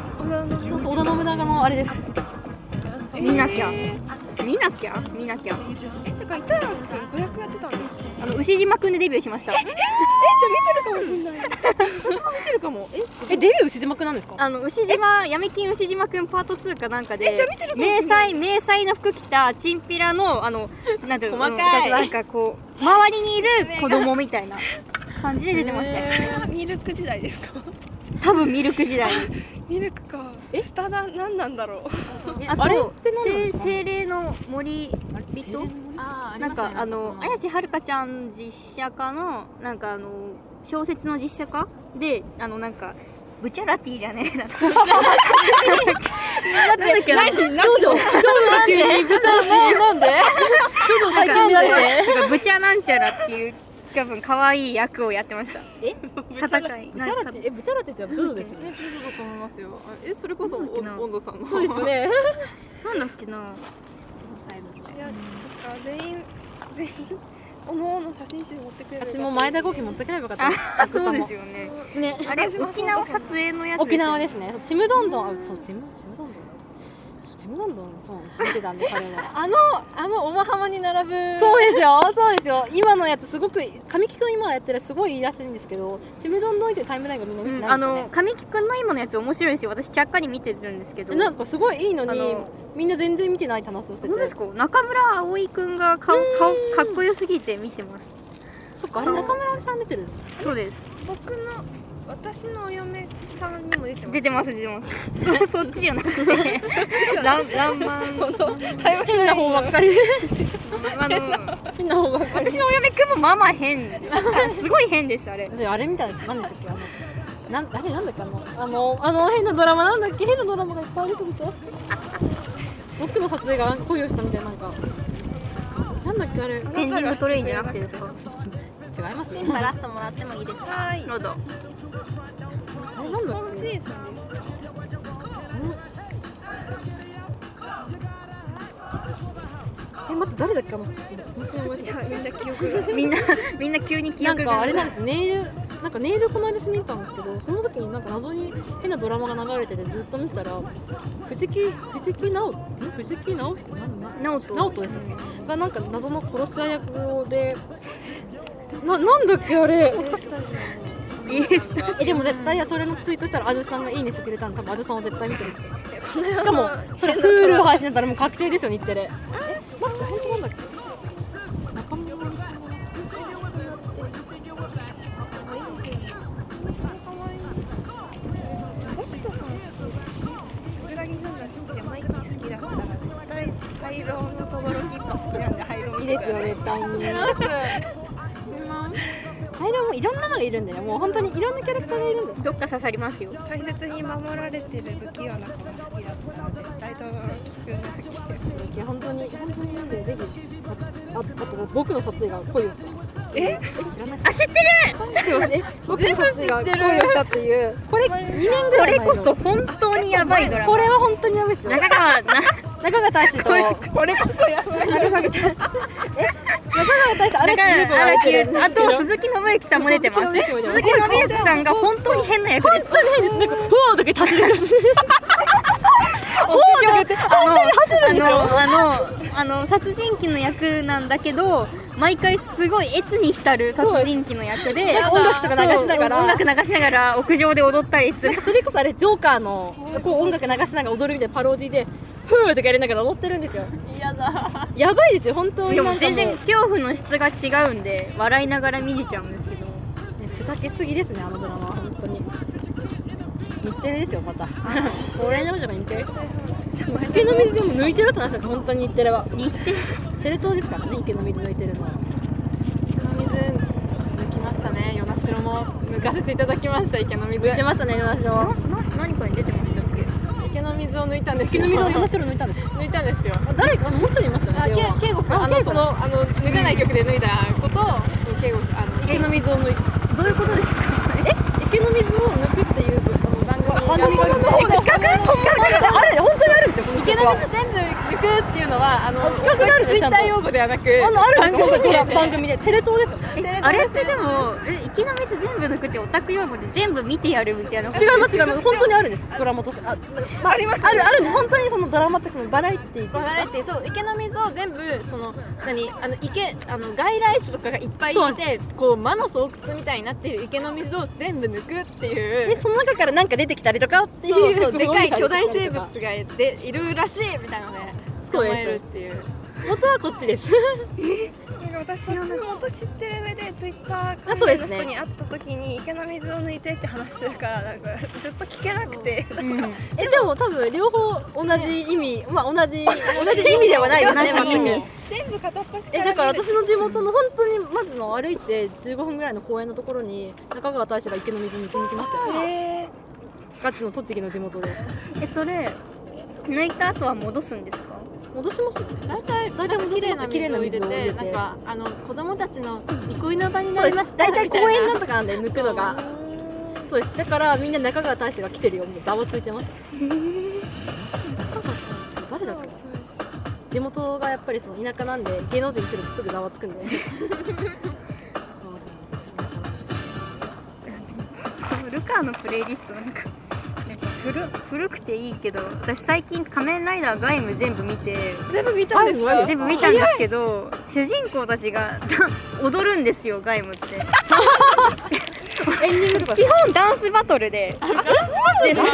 Speaker 3: そうそう織田信長のあれです
Speaker 1: 見なきゃ見なきゃ見なきゃ
Speaker 7: えてか板垣君子役やってたんですか
Speaker 1: あの牛島くんでデビューしました
Speaker 3: 出るかもえデビュー牛島くんなんですか
Speaker 1: あの牛島闇金牛島くんパート2かなんかで
Speaker 7: じゃあ見てるかもしれな
Speaker 1: 迷
Speaker 7: い
Speaker 1: 彩迷彩の服着たチンピラのあのなんていうの
Speaker 2: 細かい
Speaker 1: なんかこう周りにいる子供みたいな感じで出てましたよ、
Speaker 7: それはミルク時代ですか
Speaker 1: 多分ミルク時代です
Speaker 7: ミルクかえスタダ何なんだろ
Speaker 1: あと精精霊の森人
Speaker 2: あ
Speaker 1: なんかあの綾瀬はるかちゃん実写化のなんかあの小説の実写化であのなんかブチャラティじ ゃねえななんだっけな
Speaker 3: なんで
Speaker 1: なんかなんかブチャなんちゃらっていう多分可愛い役をやってました
Speaker 3: え
Speaker 1: 戦い
Speaker 9: ブチャラティえブチャラティってそうですよね。
Speaker 2: えそうだと思いますよあえそれこそ
Speaker 1: なんだっけな
Speaker 2: お温度さんの
Speaker 9: そうです ね。
Speaker 1: なんだっけなサイズ
Speaker 7: いやそっか全員全員おのおの写真集持ってくれる
Speaker 3: 私も前田
Speaker 7: ゴ
Speaker 3: コーヒー持ってくればよかった
Speaker 1: あそうですよね
Speaker 9: ね。
Speaker 1: あれ
Speaker 7: 私もそう
Speaker 1: 沖縄撮影のやつ
Speaker 3: 沖縄
Speaker 1: で
Speaker 3: ですねちむどんどんあそうちむちむどんどんそうちむどんどんそうなんです見てたんで彼は
Speaker 9: あのあのオマハマに並ぶ。
Speaker 3: そうですよそうですよ今のやつすごく神木君今やってるすごいいいらしいんですけどちむどんどんっていうタイムラインがみんな見
Speaker 1: す
Speaker 3: て
Speaker 1: よね、
Speaker 3: ない
Speaker 1: あ
Speaker 3: んですよね
Speaker 1: の、神木くんの今のやつ面白いし私ちゃっかり見てるんですけど
Speaker 3: なんかすごいいいの
Speaker 1: あ
Speaker 3: に
Speaker 1: の
Speaker 3: みんな全然見てないって話をしてて
Speaker 1: どうですか中村葵くんが顔顔かっこよすぎて見てます
Speaker 3: そっかあれ中村さん出てる
Speaker 1: そうです
Speaker 7: 僕の私のお嫁さんにも出てます
Speaker 1: 出てます出てますそそっちじゃなくてらんらんまん
Speaker 3: 変な方ばっかり
Speaker 1: あの
Speaker 3: 変な方ばっかり
Speaker 1: 私のお嫁くんもまあまあ変ですあすごい変ですあれ
Speaker 3: 私あれみたいな何でしたっけあのなんあれなんだっけあのあのあの変なドラマなんだっけ変なドラマがいっぱいありすぎて僕の撮影が恋をしたみたいななんかなんだっけあれ違い
Speaker 1: ペンディングトレインじゃなくてですか
Speaker 3: ますよ
Speaker 2: ラストもらってもいいですか
Speaker 7: はーい
Speaker 1: どうぞ
Speaker 3: あれなんだっ
Speaker 7: 本シ
Speaker 3: け
Speaker 7: ーズンですか
Speaker 3: え待って誰だっけあの人ちょっと本当に覚えて
Speaker 7: い
Speaker 3: ない
Speaker 7: やみんな記憶が
Speaker 1: みんなみんな急に記
Speaker 3: なん
Speaker 1: 憶
Speaker 3: か
Speaker 1: が
Speaker 3: あれなんですネイルなんかネイルこの間しに行ったんですけどその時になんか謎に変なドラマが流れててずっと見てたら藤木藤木直人ん藤木直人なんなん
Speaker 1: 直人
Speaker 3: 直人でしたっけがなんか謎の殺し屋役でななんだっけあれ
Speaker 7: スタジ
Speaker 1: イエスタ
Speaker 3: えでも絶対それのツイートしたらあずさんがいいねしてくれたの多分あずさんは絶対見てるんですよ
Speaker 7: オも
Speaker 3: しかもそれ Hulu 配信だったらもう確定ですよ日テレえ待って本当なんだっけ中村真由美さんじゃなくて
Speaker 7: 北斗さん好き桜木軍が好きでマイキー好きだったら絶対灰色のところきっぱ好きなんで灰色
Speaker 3: いい
Speaker 7: 見て
Speaker 3: で
Speaker 7: く
Speaker 3: すよ
Speaker 7: ださい
Speaker 3: ね、ダンアイロンもいろんなのがいるんだよ。もう本当にいろんなキャラクターがいるんだよ。
Speaker 1: どっか刺さりますよ
Speaker 7: 大切に守られてる不器用な子が好きだったら絶対ところきくんが好きです
Speaker 3: 本当に、本当にいるんだよ。ぜひ。あ、ああと僕の撮影が恋をした。
Speaker 7: え
Speaker 3: 知らない。
Speaker 1: あ知ってる
Speaker 3: え、僕の撮影が恋をしたっていう。これ、二年ぐ
Speaker 1: こ
Speaker 3: らい
Speaker 1: れ
Speaker 3: 前の
Speaker 1: こそ本当にやばいドラ
Speaker 3: こ
Speaker 1: マ
Speaker 3: れは本当にダメですよ。
Speaker 1: 中川な
Speaker 3: 中川大志と。
Speaker 1: これ
Speaker 3: 中
Speaker 1: これこそやばい
Speaker 3: 川大志。え、中川大志と
Speaker 1: だ
Speaker 3: 荒木
Speaker 1: か
Speaker 3: 優子が
Speaker 1: ら
Speaker 3: 入ってるんです
Speaker 1: あ
Speaker 3: けど
Speaker 1: と鈴木伸之さんも出てます
Speaker 3: 鈴
Speaker 1: 鈴
Speaker 3: 木
Speaker 1: 木
Speaker 3: 伸之
Speaker 1: 伸之さんが本当に変な役です
Speaker 3: なんか、ふわーとか走る。
Speaker 1: ほうとかあのあのあのあの殺人鬼の役なんだけど毎回すごい越に浸る殺人鬼の役で
Speaker 3: 音楽とか流しながら。
Speaker 1: 音楽流しながら屋上で踊ったりす
Speaker 3: なん
Speaker 1: る
Speaker 3: かそれこそあれジョーカーのこう音楽流しながら踊るみたいなパロディでフーとかやりながら踊ってるんですよ
Speaker 2: 嫌だ
Speaker 3: やばいですよ本当に
Speaker 1: で
Speaker 3: なん
Speaker 1: も
Speaker 3: かもう
Speaker 1: 全然恐怖の質が違うんで笑いながら見れちゃうんですけど
Speaker 3: ねふざけすぎですねあのドラマは本当に日テレですよまた俺の方が日テレ池の水でも抜いてるって話なんです本当に日テレは
Speaker 1: 日テレ
Speaker 3: テレ東ですからね池の水抜いてるのは
Speaker 2: 池の水抜きましたね与那城も抜かせていただきました池の水
Speaker 3: 抜いてましたね私は
Speaker 1: な何かに出てましたっけ
Speaker 2: 池の水を抜いたんです
Speaker 3: 池
Speaker 2: よ
Speaker 3: の水を話し抜いたんですよ
Speaker 2: 抜いたんですよ
Speaker 3: あ誰かもう一人いました
Speaker 2: あ
Speaker 3: ね
Speaker 2: け
Speaker 3: 電話
Speaker 2: 圭吾君
Speaker 3: あ
Speaker 2: あの
Speaker 3: 圭吾
Speaker 2: そのあの脱がない曲で脱いだことをそう圭吾君あの
Speaker 3: 池の水を抜い
Speaker 1: どういうことですか
Speaker 3: 池の水を抜くっていう
Speaker 2: 番組が
Speaker 3: あのものの方で企画ある本当にあるんですよこの
Speaker 2: 池
Speaker 3: 企
Speaker 2: の
Speaker 3: 画は
Speaker 2: 水全部抜くっていうのはあの
Speaker 3: 企画があるんで
Speaker 2: ツイ
Speaker 3: すちゃ
Speaker 2: ッタ
Speaker 3: んと
Speaker 2: ー用語ではなく
Speaker 3: あのあるんですよ、
Speaker 2: 番
Speaker 3: 本当
Speaker 2: 組
Speaker 3: に
Speaker 2: で
Speaker 3: 番組で、テレ東ですよね。
Speaker 1: えあれってでもえ池の水全部抜くってオタク用語で全部見てやるみたいな
Speaker 3: 違います、違います、本当にあるんです、ドラマとして。あ、まあ、あります、ある、あるんです、本当にそのドラマって、そのバラエティーってい
Speaker 2: バ
Speaker 3: う
Speaker 2: ラエ
Speaker 3: か。
Speaker 2: ティそう池の水を全部その何あの池あの外来種とかがいっぱいい
Speaker 3: そう
Speaker 2: てこう魔の巣窟みたいになってる池の水を全部抜くってい
Speaker 3: で、
Speaker 2: う
Speaker 3: その中からなんか出てきたりとかってい
Speaker 2: そう
Speaker 3: う、
Speaker 2: そう
Speaker 3: その
Speaker 2: でかい
Speaker 3: 見たり
Speaker 2: 巨
Speaker 3: とか
Speaker 2: 大生物がいているらしいみたいなので
Speaker 3: そ
Speaker 2: 捕
Speaker 3: うです
Speaker 2: まえるっていう
Speaker 3: 元はこっちです。
Speaker 7: なんか私も元知ってる上でツイッター
Speaker 3: あそ
Speaker 7: 関
Speaker 3: う
Speaker 7: 連
Speaker 3: で
Speaker 7: の
Speaker 3: すね
Speaker 7: 人に会った時に池の水を抜いてって話するからなんかずっと聞けなくて
Speaker 3: え、でも、多分両方同じ意味、まあ、同 じ、同じ意味ではないですね、
Speaker 1: 同じ意味
Speaker 3: 全く
Speaker 7: 全部片っ端か
Speaker 3: え、
Speaker 7: ら
Speaker 3: だから、
Speaker 7: 見る
Speaker 3: 私の地元の、本当に、まずの歩いて、15分ぐらいの公園のところに。中川大志が池の水に行きに来ましたよ。
Speaker 7: え
Speaker 3: ガチの栃木の地元で。
Speaker 1: えそれ抜いた後は戻すんですか
Speaker 7: ー
Speaker 3: 戻しますよね
Speaker 2: 大体大体も綺麗な
Speaker 10: 綺
Speaker 2: 水を入れ
Speaker 10: 麗な水を入れ
Speaker 2: てな
Speaker 10: て
Speaker 2: んかあの子供たちの憩いの場にな
Speaker 3: そう
Speaker 2: り
Speaker 3: で
Speaker 2: ますした
Speaker 3: 大体
Speaker 2: みたい
Speaker 3: 公園
Speaker 2: な
Speaker 3: なんとかなんで抜くのが そうですだからみんな中川大志が来てるよもうざわついてます 誰だっけな地元がやっぱりその田舎なんで芸能人来るとすぐざわつくんで
Speaker 1: このルカのプレイリストなんかなんか古古くていいけど私最近「仮面ライダーガイム」全部見て
Speaker 11: 全部見たんですか
Speaker 1: 全部見たんですけど主人公たちが 踊るんですよガイムって基本ダンスバトルででその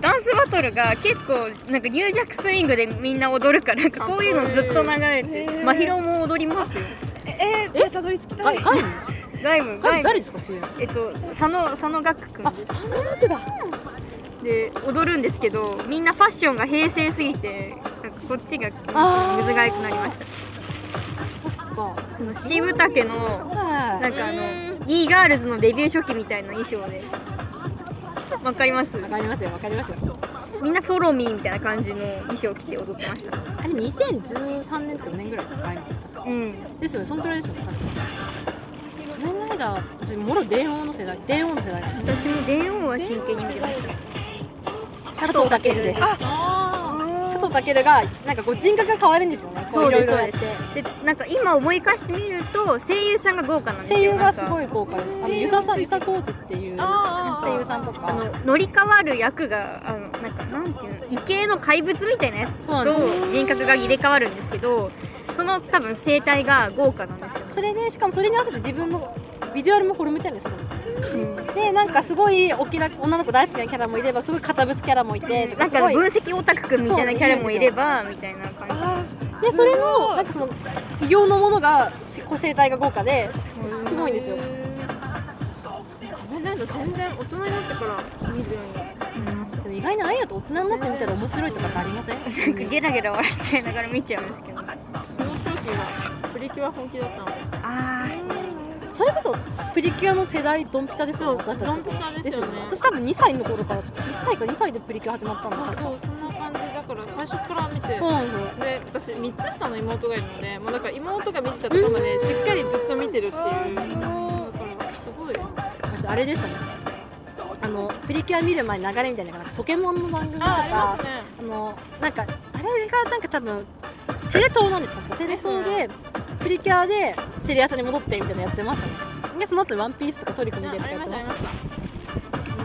Speaker 1: ダンスバトルが結構なんかニュージャックスイングでみんな踊るからなんかこういうのずっと流れて
Speaker 11: へー
Speaker 1: 真宙も踊りますよ
Speaker 11: えー、えたどり着きた
Speaker 3: ガ
Speaker 11: い
Speaker 3: イガイム
Speaker 1: ガイムガ
Speaker 3: ガイム
Speaker 1: イム
Speaker 3: 誰ですか主演
Speaker 1: えっと佐野佐野岳くんですで踊るんですけどみんなファッションが平成すぎてなんかこっちがむずがゆくなりましたあの渋竹のなんかあの e ガールズのデビュー初期みたいな衣装でわかります
Speaker 3: わかりますよわかりますよ
Speaker 1: みんなフォロミーみたいな感じの衣装を着て踊ってました
Speaker 3: あれ2013年とか4年ぐらいですかガイム確か
Speaker 1: うん
Speaker 3: ですよねそのくらいですよね確か仮面ライダー私もろ電王の世代電王の世代です
Speaker 1: 私も電王は真剣に見てました
Speaker 3: 佐藤健です佐藤健がなんかこう人格が変わるんですよねこ
Speaker 1: そうです
Speaker 3: いろいろやって
Speaker 1: でなんか今思い返してみると声優さんが豪華なんです
Speaker 3: 声
Speaker 1: よ
Speaker 3: 優がす
Speaker 1: なんか
Speaker 3: ごい豪華ですあの遊佐さん遊佐浩二っていう声優さんとか
Speaker 1: あの乗り換わる役があのなんかなんていうの異形の怪物みたいなやつ
Speaker 3: そうなん
Speaker 1: と
Speaker 3: です
Speaker 1: 人格が入れ替わるんですけどその多分生態が豪華なんですよね
Speaker 3: それでしかもそれに合わせて自分のビジュアルもフォルムチェンジするんですよ
Speaker 1: うん
Speaker 3: でなんかすごいお気楽女の子大好きなキャラもいればすごい堅物キャラもいて
Speaker 1: な
Speaker 3: とか
Speaker 1: ん
Speaker 3: す
Speaker 1: か
Speaker 3: ごい
Speaker 1: 分析オタクくんみたいなキャラもいればみたいな感
Speaker 3: でそれのなんかその異形のものが個性体が豪華で
Speaker 1: じそう
Speaker 3: すごいんですよ
Speaker 2: なんか全然大人になってから見ずに
Speaker 3: でも意外にああいうのって大人になってみたら面白いとかってありません
Speaker 1: なんかゲラゲラ笑っちゃいながら見ちゃうんですけどあ
Speaker 2: この時がプリキュア本気だったので
Speaker 1: あ
Speaker 3: それこそプリキュアの世代ドンピシャですよね私た
Speaker 2: ドン
Speaker 3: ち
Speaker 2: ピシャです
Speaker 3: です
Speaker 2: よ
Speaker 3: よ
Speaker 2: ね
Speaker 3: ね私多分2歳の頃から1歳か2歳でプリキュア始まったの
Speaker 2: あ
Speaker 3: 確か
Speaker 2: そうそんな感じだから最初から見て
Speaker 3: そうなんですよ
Speaker 2: で私3つ下の妹がいるのでもうだから妹が見てたところまでしっかりずっと見てるっていうだからすごい
Speaker 3: 私あれでしたねあのプリキュア見る前に流れみたいなのがなんかポケモンの番組とか
Speaker 2: ああ
Speaker 3: あ
Speaker 2: りますね
Speaker 3: のなんかあれがなんか多分テレ東なんですかテレ東でプリキュアでテレ朝に戻ってみたいなのやってましたねでその後ワンピースとかトリコ見てと
Speaker 2: あ
Speaker 3: か
Speaker 2: あり
Speaker 3: やっ
Speaker 2: ま
Speaker 3: て
Speaker 2: した
Speaker 3: ま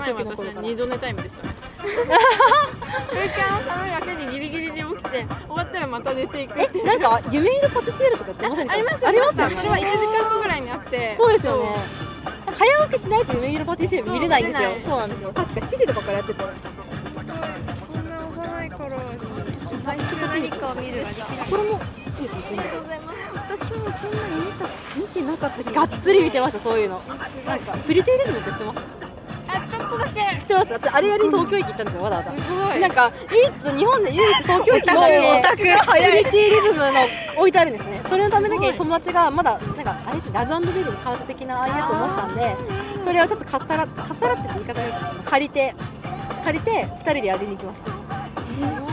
Speaker 2: あ
Speaker 3: し
Speaker 2: り
Speaker 3: た
Speaker 2: ました幼い私は二度寝タイムで したねプリキュアの寒い朝にギリギリに起きて終わったらまた寝ていく
Speaker 3: えなんか夢いるパティシエールとかってませんで
Speaker 2: ありました
Speaker 3: ありました
Speaker 2: それは1時間後ぐらいにあって
Speaker 3: そうですよね早起きしないと夢いるパティシエール見れないんですよ
Speaker 2: そう見れない
Speaker 3: そうなんですよ確か7時とかからやってた
Speaker 11: そんな幼い頃に毎週何かを見るができない
Speaker 3: これもいいですね全然
Speaker 1: 私もそんなに見た
Speaker 3: 見てなかったしがっつり見てましたそういうのなんかプリテイリズムって知ってます
Speaker 2: あちょっとだけ
Speaker 3: 知ってます私あれやりに東京駅行ったんですよわざわざ
Speaker 2: すごい
Speaker 3: なんか唯一日本で唯一東京駅の
Speaker 1: オタクが
Speaker 3: プ
Speaker 1: 早い
Speaker 3: リティリズムの置いてあるんですねそれのためだけ友達がまだなんかあれですラブビールのカード的なああいうやつを持ってたんでそれをちょっとかっさらかっさらってって言い方がいいですけど借りて借りて2人でやりに行きました
Speaker 2: すごい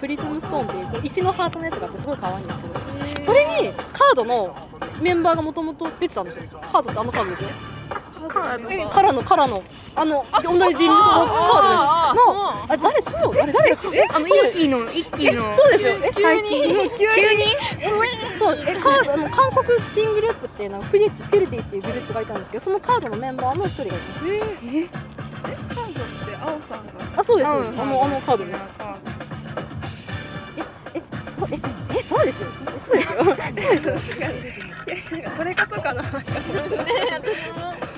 Speaker 3: プリズムストーンっていうこう石のハートのやつがあってすごい可愛いんですけどそれにカードのメンバーがもともと出てたんですよカードってあのカードですよえカラのカラのあの同じ事務所のカードですのあ誰そうあれ誰
Speaker 1: あの一気の一気の
Speaker 3: そうですよえ
Speaker 1: 最近急に
Speaker 3: そうえカードあの韓国人グループっていうのはピュリピュリティっていうグループがいたんですけどそのカードのメンバーの一人がいます
Speaker 11: えー、えカードって青さんが
Speaker 3: あそうで
Speaker 1: うん
Speaker 3: す、あのあのカードですえそうええそうですよえそうですよ
Speaker 11: いやなんかこれかとかの話かと思った
Speaker 2: ね私も